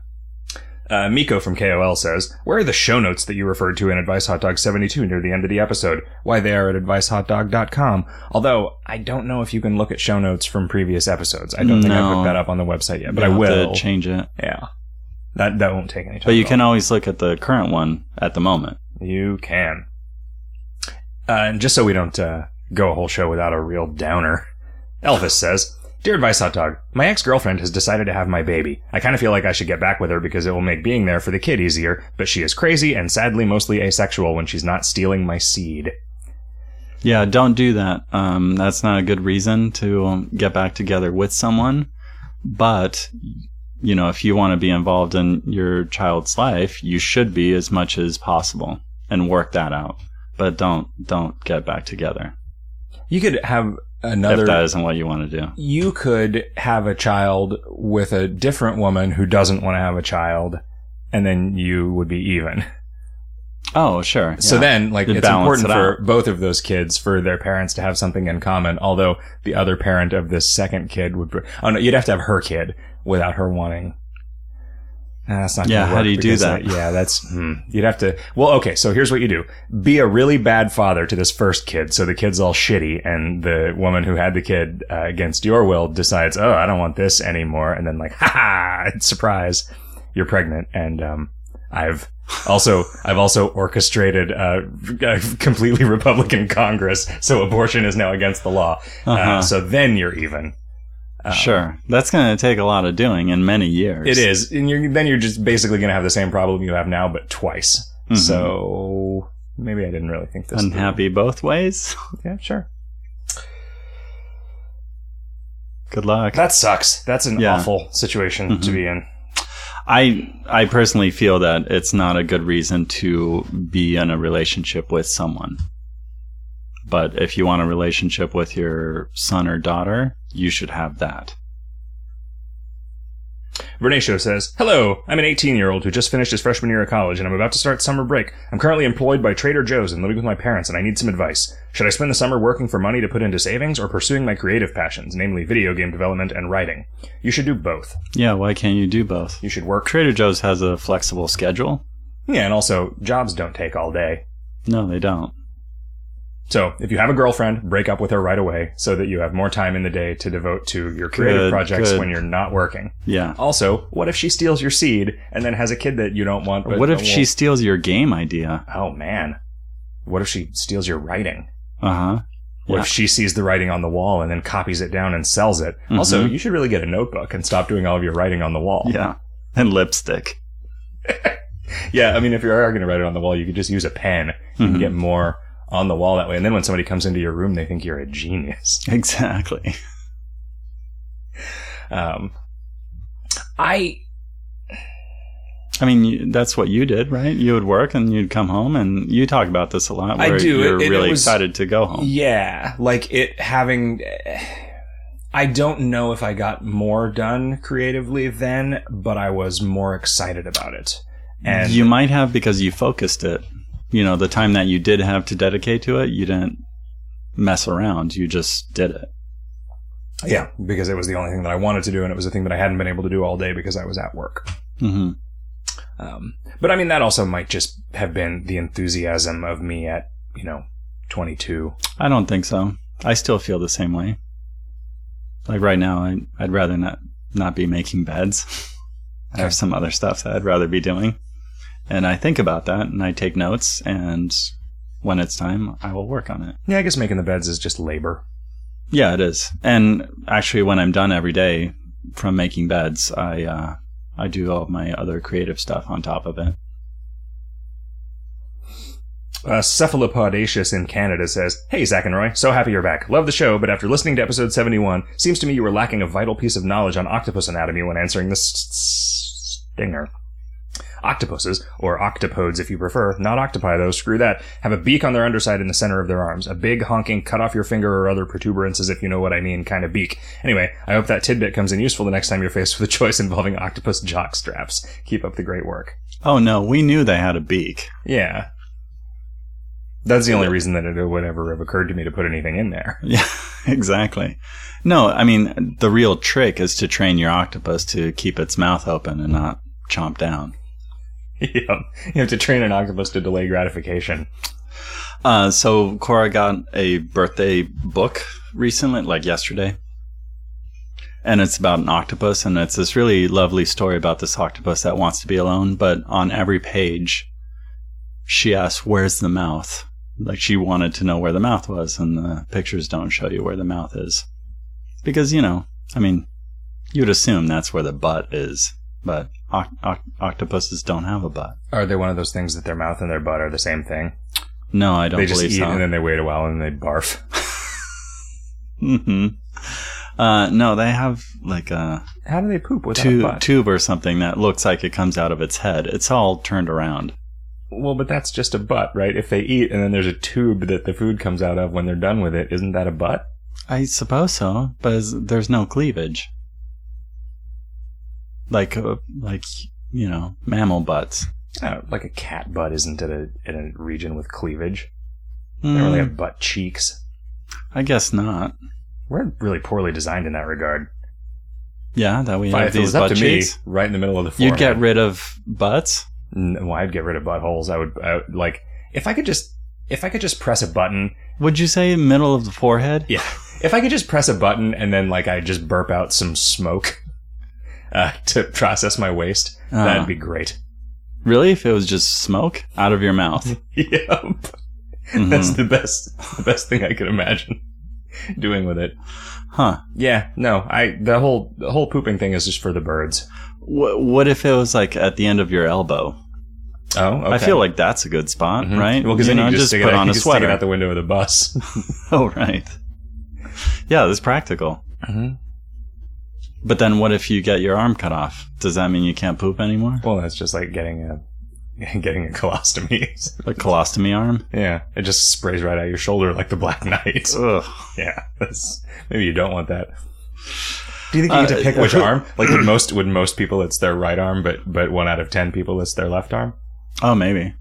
A: Uh, Miko from KOL says, Where are the show notes that you referred to in Advice Hot Dog 72 near the end of the episode? Why, they are at advicehotdog.com. Although, I don't know if you can look at show notes from previous episodes. I don't think I
B: No.
A: put that up on the website yet, but I
B: We'll have
A: will.
B: to change it.
A: yeah. That, that won't take any time.
B: But you
A: at
B: can always look at the current one at the moment.
A: all. You can. Uh, and just so we don't uh, go a whole show without a real downer, Elvis says, Dear Advice Hot Dog, my ex girlfriend has decided to have my baby. I kind of feel like I should get back with her because it will make being there for the kid easier, but she is crazy and sadly mostly asexual when she's not stealing my seed.
B: Yeah, don't do that. Um, that's not a good reason to um, get back together with someone. But you know, if you want to be involved in your child's life, you should be as much as possible and work that out. But don't don't get back together
A: You could have
B: if
A: another.
B: that isn't what you want to do.
A: you could have a child with a different woman who doesn't want to have a child, and then you would be even.
B: Oh, sure.
A: So
B: yeah.
A: then, like,
B: It
A: it's
B: balance
A: important
B: it
A: for both of those kids for their parents to have something in common. Although the other parent of this second kid would, br- oh no, you'd have to have her kid without her wanting. Nah, Ah, that's not. gonna
B: Yeah, how
A: work
B: do you do
A: because,
B: that?
A: uh, yeah, that's hmm, you'd have to. Well, okay, so here's what you do: be a really bad father to this first kid, so the kid's all shitty, and the woman who had the kid uh, against your will decides, oh, I don't want this anymore, and then like, ha ha, surprise, you're pregnant, and um, I've also, I've also orchestrated a, a completely Republican Congress, so abortion is now against the law. uh
B: Uh-huh.
A: so then you're even. Uh,
B: sure, that's going to take a lot of doing in many years.
A: It is, and you're, then you're just basically going to have the same problem you have now, but twice.
B: Mhm.
A: So maybe I didn't really think this. through.
B: unhappy Mm-hmm. both ways.
A: Yeah, sure.
B: Good luck.
A: That sucks. That's an
B: Yeah.
A: awful situation to
B: Mhm.
A: be in.
B: I I personally feel that it's not a good reason to be in a relationship with someone. But if you want a relationship with your son or daughter, you should have that.
A: Renato says, Hello, I'm an 18 year old who just finished his freshman year of college and I'm about to start summer break. I'm currently employed by Trader Joe's and living with my parents and I need some advice. Should I spend the summer working for money to put into savings or pursuing my creative passions, namely video game development and writing? You should do both.
B: Yeah, why can't you do both?
A: You should work.
B: Trader Joe's has a flexible schedule.
A: Yeah, and also, jobs don't take all day.
B: No, they don't.
A: So, if you have a girlfriend, break up with her right away so that you have more time in the day to devote to your creative
B: Good,
A: projects
B: good.
A: when you're not working.
B: Yeah.
A: Also, what if she steals your seed and then has a kid that you don't want? But
B: what if
A: will-
B: she steals your game idea?
A: Oh man, what if she steals your writing?
B: Uh huh.
A: What
B: Yeah.
A: if she sees the writing on the wall and then copies it down and sells it? Also,
B: Mhm.
A: you should really get a notebook and stop doing all of your writing on the wall.
B: Yeah. And lipstick.
A: Yeah, I mean, if you are going to write it on the wall, you could just use a pen. You
B: Mhm.
A: can get more on the wall that way. And then when somebody comes into your room, they think you're a genius.
B: Exactly.
A: Um, I
B: I mean, you- that's what you did, right? You would work and you'd come home, and you talk about this a lot.
A: I
B: where
A: do.
B: You're
A: It- it
B: really
A: was-
B: excited to go home.
A: Yeah, like it having. I don't know if I got more done creatively then, but I was more excited about it. And
B: you might have because you focused it. You know, the time that you did have to dedicate to it, you didn't mess around. You just did it.
A: yeah, because it was the only thing that I wanted to do, and it was a thing that I hadn't been able to do all day because I was at work.
B: hmm
A: Um, but I mean, that also might just have been the enthusiasm of me at, you know, 22.
B: I don't think so. I still feel the same way. Like right now, I, I'd rather not not be making beds. I have some other stuff that I'd rather be doing, And I think about that and I take notes. And when it's time, I will work on it.
A: Yeah, I guess making the beds is just labor.
B: Yeah, it is. And actually, when I'm done every day from making beds, I uh, I do all my other creative stuff on top of it.
A: Uh, Cephalopodacious in Canada says, Hey, Zach and Roy, so happy you're back. Love the show, but after listening to episode 71, seems to me you were lacking a vital piece of knowledge on octopus anatomy when answering this s- stinger. Octopuses, or octopodes if you prefer, not octopi though, screw that, have a beak on their underside in the center of their arms. A big, honking, cut off your finger or other protuberances if you know what I mean kind of beak. Anyway, I hope that tidbit comes in useful the next time you're faced with a choice involving octopus jock straps. Keep up the great work.
B: Oh no, we knew they had a beak.
A: Yeah. That's the only reason that it would ever have occurred to me to put anything in there.
B: Yeah, exactly. No, I mean the real trick is to train your octopus to keep its mouth open and not chomp down.
A: yeah. You have to train an octopus to delay gratification.
B: Uh, so Cora got a birthday book recently, like yesterday, and it's about an octopus, and it's this really lovely story about this octopus that wants to be alone, but on every page, she asks, "Where's the mouth?" Like she wanted to know where the mouth was, and the pictures don't show you where the mouth is, because you know, I mean, you'd assume that's where the butt is, but oct- oct- octopuses don't have a butt.
A: Are they one of those things that their mouth and their butt are the same thing?
B: No, I don't
A: they
B: believe
A: just eat
B: so.
A: and then they wait a while and they barf.
B: hmm Uh, no, they have like a
A: How do they poop without a
B: tube,
A: butt?
B: tube or something that looks like it comes out of its head. It's all turned around.
A: Well, but that's just a butt, right? If they eat and then there's a tube that the food comes out of when they're done with it, isn't that a butt?
B: I suppose so, but is- there's no cleavage. Like, uh, like you know, mammal butts.
A: Uh, like a cat butt isn't it a, in a region with cleavage? They
B: Mm,
A: don't really have butt cheeks.
B: I guess not.
A: We're really poorly designed in that regard.
B: Yeah, that we
A: If I-
B: have
A: if it
B: these
A: was up
B: butt
A: to
B: cheeks.
A: me, right in the middle of the
B: You'd
A: forehead,
B: get rid of butts.
A: No, I'd get rid of buttholes. I would, I would like if I could just if I could just press a button.
B: Would you say middle of the forehead?
A: Yeah, if I could just press a button and then like I just burp out some smoke uh, to process my waste,
B: Uh,
A: that'd be great.
B: really, if it was just smoke out of your mouth.
A: Yep,
B: Mhm.
A: that's the best the best thing I could imagine doing with it.
B: Huh.
A: Yeah, no, I the whole the whole pooping thing is just for the birds.
B: What, what if it was like at the end of your elbow?
A: Oh, okay.
B: I feel like that's a good spot,
A: Mhm.
B: right?
A: Well, because
B: You
A: then
B: know,
A: you can just, stick it
B: put
A: out-
B: on
A: you
B: a
A: can stick it
B: sweater.
A: out the window of the bus.
B: oh, right. Yeah, that's practical.
A: Mhm.
B: But then, what if you get your arm cut off? Does that mean you can't poop anymore?
A: Well, that's just like getting a getting a colostomy.
B: A colostomy arm?
A: Yeah, it just sprays right out your shoulder like the Black Knight.
B: Ugh.
A: yeah, that's, maybe you don't want that. Do you think you get
B: Uh,
A: to pick which arm? Like would most would most people, it's their right arm, but but one out of ten people, it's their left arm.
B: Oh, maybe.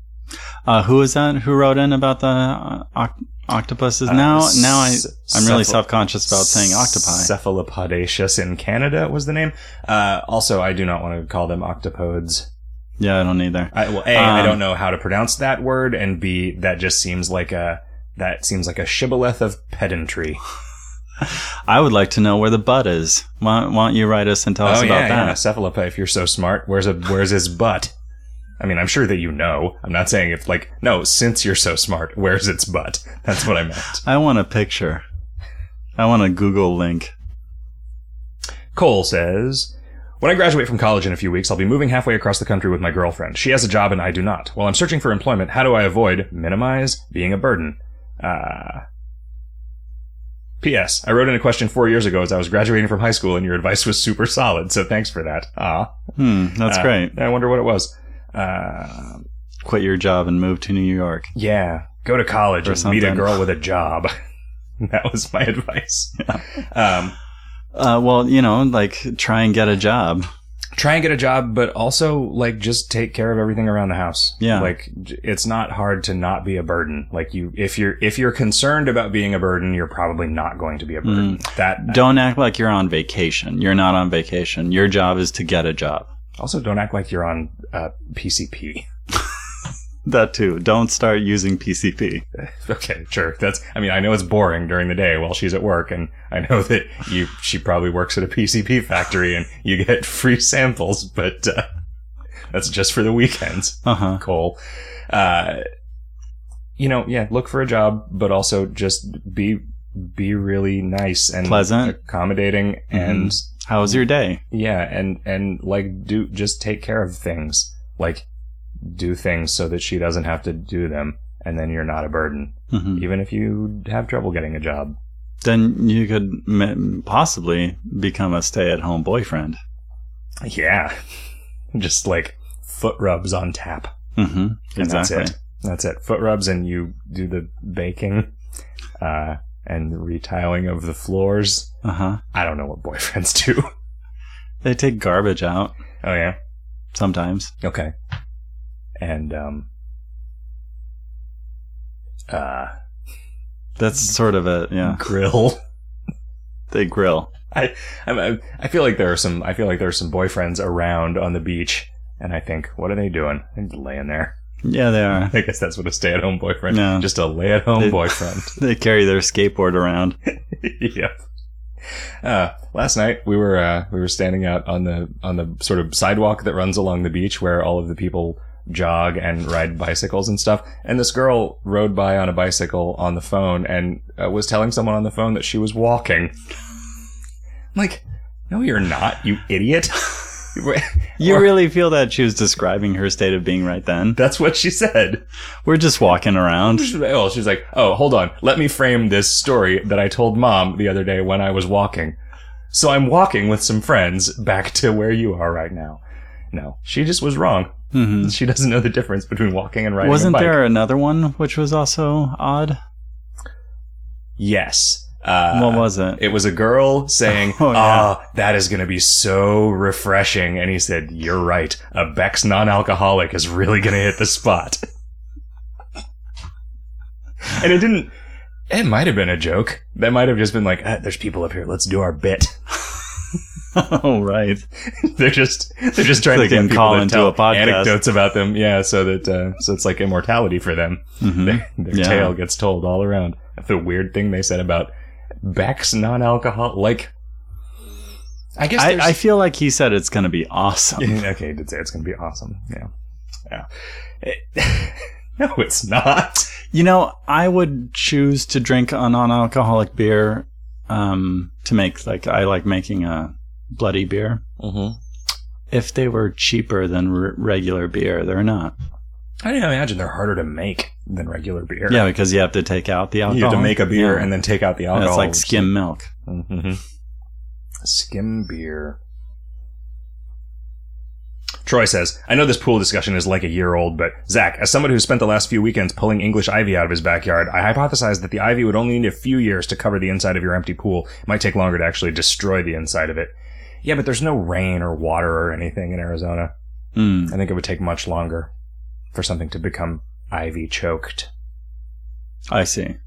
B: Uh, who is that? Who wrote in about the uh, oct- octopuses? now,
A: Uh,
B: now I,
A: ce-
B: I'm really
A: cephal-
B: self-conscious about saying octopi.
A: Cephalopodaceous in Canada was the name. Uh, also, I do not want to call them octopodes.
B: Yeah, I don't either.
A: I, well, a I
B: Um,
A: don't know how to pronounce that word, and b that just seems like a that seems like a shibboleth of pedantry.
B: I would like to know where the butt is. Why, why don't you write us and tell us
A: oh,
B: about
A: yeah,
B: that?
A: Yeah. Cephalopod, if you're so smart, where's a where's his butt? I mean, I'm sure that you know. I'm not saying if like no, since you're so smart, where's its butt? That's what I meant.
B: I want a picture. I want a Google link.
A: Cole says when I graduate from college in a few weeks, I'll be moving halfway across the country with my girlfriend. She has a job and I do not. While I'm searching for employment, how do I avoid, minimize, being a burden? Uh, P.S. I wrote in a question four years ago as I was graduating from high school, and your advice was super solid, so thanks for that. Ah,
B: Hmm, that's
A: Uh,
B: great.
A: I wonder what it was. Uh,
B: Quit your job and move to New York.
A: Yeah, go to college
B: Or
A: and meet a
B: something.
A: girl with a job. that was my advice. Um,
B: Uh, well, you know, like try and get a job.
A: try and get a job, but also like just take care of everything around the house.
B: Yeah.
A: like j- it's not hard to not be a burden. Like you, if you're if you're concerned about being a burden, you're probably not going to be a burden.
B: Mm.
A: That
B: Don't act like you're on vacation. You're not on vacation. Your job is to get a job.
A: also don't act like you're on uh, PCP.
B: That too. Don't start using PCP.
A: Okay, sure. That's. I mean, I know it's boring during the day while she's at work, and I know that you. She probably works at a PCP factory, and you get free samples. But uh, That's just for the weekends,
B: Uh huh.
A: Cole. Uh, you know, yeah, look for a job, but also just be be really nice and
B: Pleasant.
A: accommodating, and
B: How was your day?
A: yeah, and and like do just take care of things, like do things so that she doesn't have to do them, and then you're not a burden,
B: hmm
A: even if you have trouble getting a job.
B: Then you could m- possibly become a stay-at-home boyfriend.
A: Yeah, just like foot rubs on tap.
B: Mm-hmm.
A: And
B: Exactly.
A: That's it. That's it. Foot rubs, and you do the baking uh, and the retiling of the floors.
B: Uh huh.
A: I don't know what boyfriends do.
B: They take garbage out
A: oh yeah.
B: sometimes.
A: Okay. And um. Uh,
B: That's sort of a yeah.
A: grill.
B: They grill.
A: I, I, I feel like there are some. I feel like there are some boyfriends around on the beach, and I think, what are they doing? They're just laying there.
B: Yeah, they are.
A: I guess that's what a stay-at-home boyfriend.
B: No.
A: Just a lay-at-home
B: They-
A: boyfriend.
B: They carry their skateboard around.
A: yep. Uh, last night we were uh, we were standing out on the on the sort of sidewalk that runs along the beach where all of the people jog and ride bicycles and stuff. And this girl rode by on a bicycle on the phone and uh, was telling someone on the phone that she was walking. I'm like, no, you're not, you idiot.
B: You
A: Or-
B: really feel that she was describing her state of being right then.
A: That's what she said.
B: We're just walking around.
A: She was like- Oh, she's like, oh, hold on. Let me frame this story that I told mom the other day when I was walking. So I'm walking with some friends back to where you are right now. No, she just was wrong.
B: hmm
A: She doesn't know the difference between walking and riding
B: Wasn't
A: a bike.
B: there another one which was also odd?
A: Yes. Uh,
B: what was it?
A: it was a girl saying,
B: Oh, yeah.
A: "Ah, that is going to be so refreshing." And he said, "You're right. A Beck's non-alcoholic is really going to hit the spot." and it didn't. It might have been a joke. That might have just been like, ah, "There's people up here. Let's do our bit."
B: oh, right.
A: they're just they're just trying
B: They
A: to get
B: can
A: people
B: call
A: to
B: into
A: tell
B: a podcast.
A: anecdotes about them. Yeah, so that uh, so it's like immortality for them.
B: hmm
A: their, their
B: Yeah.
A: tale gets told all around. The weird thing they said about Beck's non-alcohol, like I guess
B: I,
A: there's-
B: I feel like he said it's going to be awesome.
A: okay, he did say it's going to be awesome. Yeah, yeah. It- no, it's not.
B: You know, I would choose to drink a non-alcoholic beer um, to make like I like making a bloody beer
A: Mm-hmm.
B: if they were cheaper than r- regular beer. They're not.
A: I didn't imagine they're harder to make than regular beer.
B: Yeah, because you have to take out the alcohol.
A: you have to make a beer
B: Yeah.
A: and then take out the
B: And
A: alcohol.
B: it's like skim milk.
A: hmm Skim beer. Troy says, I know this pool discussion is like a year old, but Zach, as somebody who spent the last few weekends pulling English ivy out of his backyard, I hypothesized that the ivy would only need a few years to cover the inside of your empty pool. It might take longer to actually destroy the inside of it. Yeah, but there's no rain or water or anything in Arizona.
B: Mm.
A: I think it would take much longer for something to become ivy choked.
B: I see.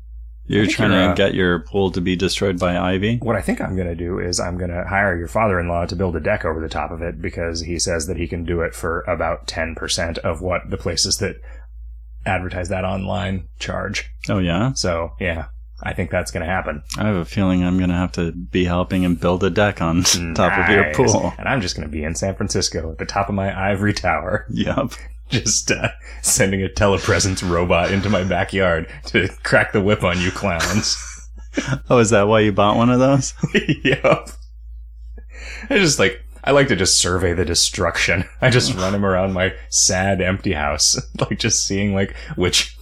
B: You're
A: think
B: trying
A: you're,
B: to
A: uh,
B: get your pool to be destroyed by ivy.
A: What I think I'm going to do is I'm going to hire your father-in-law to build a deck over the top of it because he says that he can do it for about 10% of what the places that advertise that online charge.
B: Oh yeah,
A: So, yeah, I think that's going to happen.
B: I have a feeling I'm going to have to be helping him build a deck on top of your
A: Nice.
B: pool.
A: And I'm just going to be in San Francisco at the top of my ivory tower,
B: Yep.
A: just uh, sending a telepresence robot into my backyard to crack the whip on you clowns.
B: Oh, is that why you bought one of those?
A: yep. I just like I like to just survey the destruction. I just run him around my sad empty house, like just seeing like which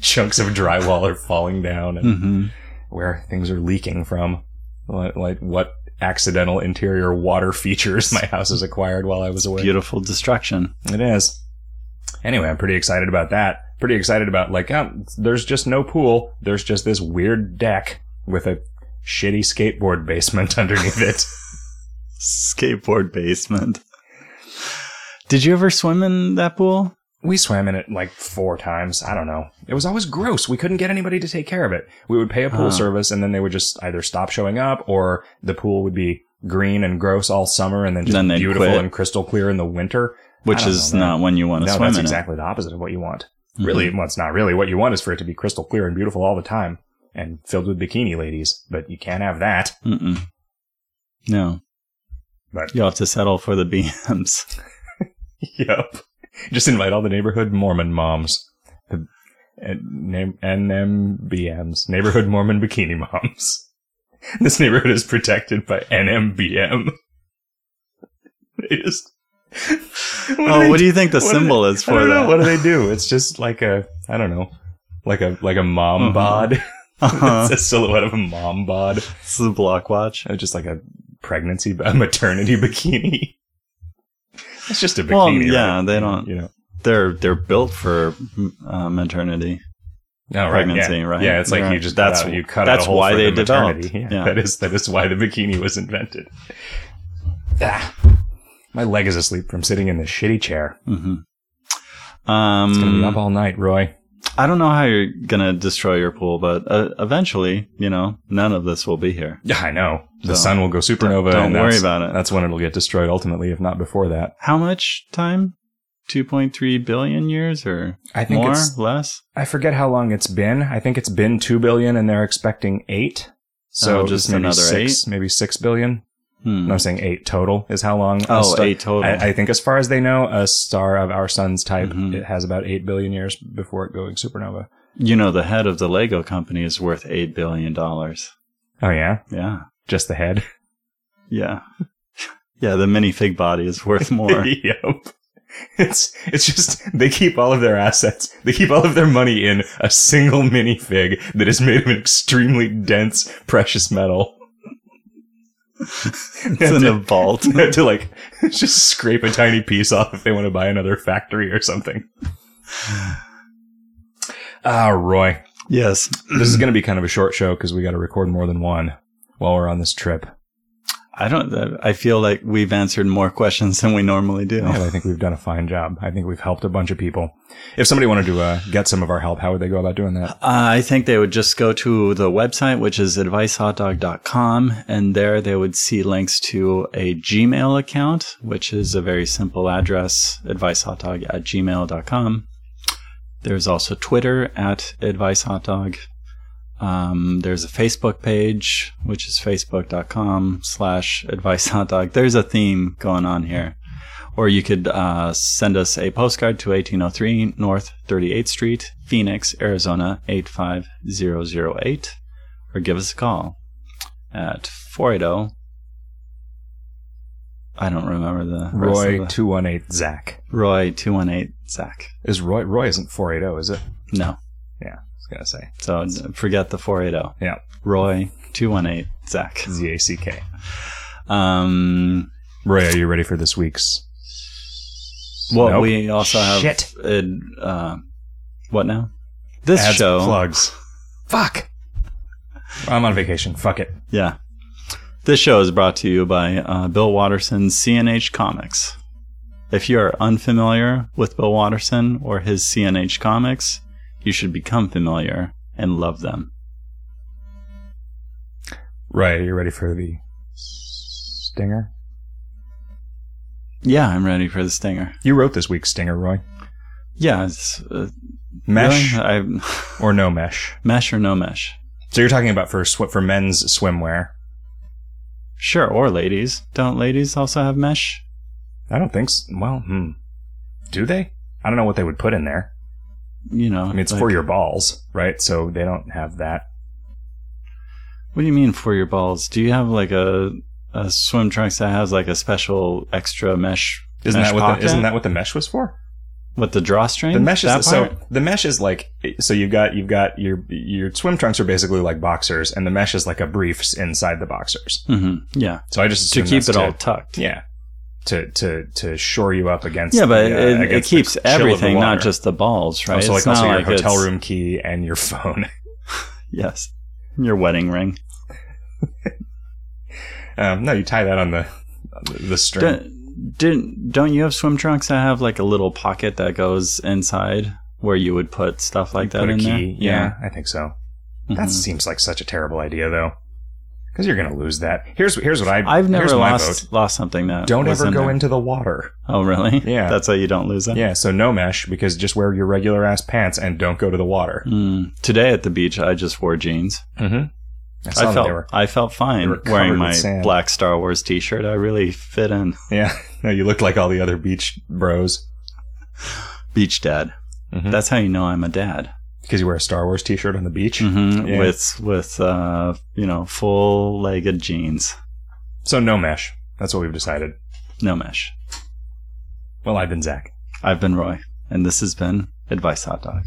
A: chunks of drywall are falling down and
B: hmm
A: where things are leaking from, Li- like what accidental interior water features my house has acquired while I was away.
B: Beautiful destruction.
A: It is. Anyway, I'm pretty excited about that. Pretty excited about like oh, there's just no pool. There's just this weird deck with a shitty skateboard basement underneath it.
B: Skateboard basement. Did you ever swim in that pool?
A: We swam in it like four times. I don't know. It was always gross. We couldn't get anybody to take care of it. We would pay a pool
B: Huh.
A: service and then they would just either stop showing up or the pool would be green and gross all summer and then just
B: Then they'd
A: beautiful
B: quit.
A: and crystal clear in the winter. I
B: Which
A: don't
B: is
A: know, man.
B: not when you want to
A: No,
B: swim
A: that's
B: in
A: exactly the opposite of what you want.
B: it. Mhm.
A: Really, well, it's not really. What you want is for it to be crystal clear and beautiful all the time and filled with bikini ladies, but you can't have that.
B: Mm-mm. No.
A: But-
B: You'll have to settle for the BMs.
A: yep. Just invite all the neighborhood Mormon moms. The and name NMBMs, neighborhood Mormon bikini moms. This neighborhood is protected by NMBM. They just.
B: oh, what do you think the
A: what do
B: symbol is for
A: I don't know.
B: that?
A: What do they do? It's just like a I don't know, like a like a mom
B: Uh-huh.
A: bod.
B: Uh-huh.
A: it's a silhouette of a mom bod,
B: It's the block watch.
A: Uh, just like a pregnancy, a maternity bikini. It's just a bikini.
B: Well,
A: right?
B: yeah, they don't-
A: You know,
B: They're they're built for uh, maternity.
A: oh,
B: pregnancy,
A: yeah.
B: right?
A: Yeah, it's like
B: Right.
A: you just
B: That's
A: that's out, you cut
B: that's
A: out a hole
B: why
A: for
B: they
A: the maternity.
B: developed.
A: Yeah,
B: Yeah.
A: that is that is why the bikini was invented. Ah, my leg is asleep from sitting in this shitty chair.
B: Mm-hmm.
A: It's gonna be
B: Um,
A: up all night, Roy.
B: I don't know how you're gonna destroy your pool, but uh, eventually, you know, none of this will be here.
A: Yeah, I know. The
B: So,
A: sun will go supernova.
B: don't
A: and
B: worry
A: that's-
B: about it.
A: That's when it'll get destroyed ultimately, if not before that.
B: How much time? Two point three billion years, or
A: I think
B: more,
A: it's.
B: less?
A: I forget how long it's been. I think it's been two billion, and they're expecting eight. So
B: Oh, just
A: maybe
B: another
A: six, maybe six billion.
B: Hmm.
A: No, I'm saying eight total is how long. a
B: Oh,
A: star-
B: eight total.
A: I, I think, as far as they know, a star of our sun's type
B: Mhm.
A: it has about eight billion years before it going supernova.
B: you know, the head of the Lego company is worth eight billion dollars.
A: Oh yeah,
B: Yeah,
A: just the head.
B: yeah, yeah. The minifig body is worth more.
A: yep. It's it's just they keep all of their assets, they keep all of their money in a single minifig that is made of an extremely dense precious metal.
B: it's in a vault.
A: They have to like just scrape a tiny piece off if they want to buy another factory or something. Ah, Roy,
B: yes.
A: this is going to be kind of a short show because we got to record more than one while we're on this trip.
B: I don't. I feel like we've answered more questions than we normally do.
A: Yeah, I think we've done a fine job. I think we've helped a bunch of people. If somebody wanted to uh, get some of our help, how would they go about doing that?
B: Uh, I think they would just go to the website, which is advicehotdog.com, and there they would see links to a Gmail account, which is a very simple address, advicehotdog at gmail.com. There's also Twitter at advicehotdog. Um, there's a Facebook page, which is facebook.com slash advicehotdog. There's a theme going on here. Or you could uh, send us a postcard to 1803 North 38th Street, Phoenix, Arizona 85008, or give us a call at 480. I don't remember the rest
A: Roy
B: of the-
A: two one eight Zach
B: Roy 218 Zach.
A: is Roy. Roy isn't four eight zero, is it? I
B: No,
A: was gonna say
B: so n- forget the 480.
A: Yeah.
B: Roy 218 Zach.
A: Z A C K.
B: Um,
A: Roy, are you ready for this week's?
B: well,
A: Nope.
B: we also have
A: Shit.
B: ad- uh, what now? This
A: Ads
B: show,
A: plugs. Fuck. I'm on vacation. Fuck it.
B: yeah. This show is brought to you by uh, Bill Watterson's CNH Comics. If you are unfamiliar with Bill Watterson or his CNH Comics, you should become familiar and love them.
A: Roy, are you ready for the stinger?
B: Yeah, I'm ready for the stinger.
A: You wrote this week's stinger, Roy.
B: Yeah, it's, uh,
A: Mesh
B: really? I,
A: or no mesh?
B: mesh or no mesh?
A: So you're talking about for sw- for men's swimwear?
B: Sure, or ladies. Don't ladies also have mesh?
A: I don't think. So. Well, hmm. Do they? I don't know what they would put in there.
B: You know,
A: I mean, it's for your balls, right? So they don't have that.
B: What do you mean for your balls? Do you have like a a swim trunks that has like a special extra mesh?
A: Isn't
B: mesh
A: that what?
B: pocket?
A: The, isn't that what the mesh was for?
B: with the drawstring?
A: The mesh is
B: that
A: so
B: part?
A: the mesh is like so you've got you've got your your swim trunks are basically like boxers, and the mesh is like a briefs inside the boxers.
B: Mhm, yeah
A: So I just
B: to
A: assume
B: keep
A: that's
B: it all tucked.
A: yeah to to to shore you up against
B: Yeah, but
A: the, uh,
B: it, it
A: against the
B: keeps
A: chill of the
B: everything, not
A: water.
B: just the balls, right?
A: Oh, so like
B: It's
A: also your
B: not like
A: hotel
B: it's-
A: room key and your phone.
B: Yes, your wedding ring.
A: Um, no, you tie that on the the string.
B: Don't, didn't don't you have swim trunks that have like a little pocket that goes inside where you would put stuff like that
A: Put a
B: in
A: key.
B: there?
A: Yeah, Mm-hmm. I think so.
B: Mhm.
A: That seems like such a terrible idea, though, because you're going to lose that. Here's here's what I
B: I've never
A: here's my
B: lost lost something that
A: vote. Don't
B: was
A: ever
B: in
A: go
B: there.
A: into the water.
B: Oh, really?
A: Yeah.
B: That's how you don't lose it.
A: Yeah, so no mesh because just wear your
B: Hmm.
A: regular ass pants and don't go to the water.
B: Mm. Today at the beach, I just wore jeans.
A: Mm-hmm. I saw
B: I
A: that
B: felt
A: they were.
B: I felt
A: they were
B: fine
A: covered
B: wearing
A: with
B: my
A: sand.
B: black Star Wars T-shirt. I really fit in.
A: Yeah, no, you looked like all the other beach bros
B: Beach dad.
A: Mhm.
B: That's how you know I'm a dad.
A: because you wear a Star Wars T-shirt on the beach.
B: hmm
A: Yeah.
B: With with uh, you know full legged jeans,
A: So no mesh. That's what we've decided.
B: no mesh.
A: Well, I've been Zach.
B: I've been Roy, and this has been Advice Hot Dog.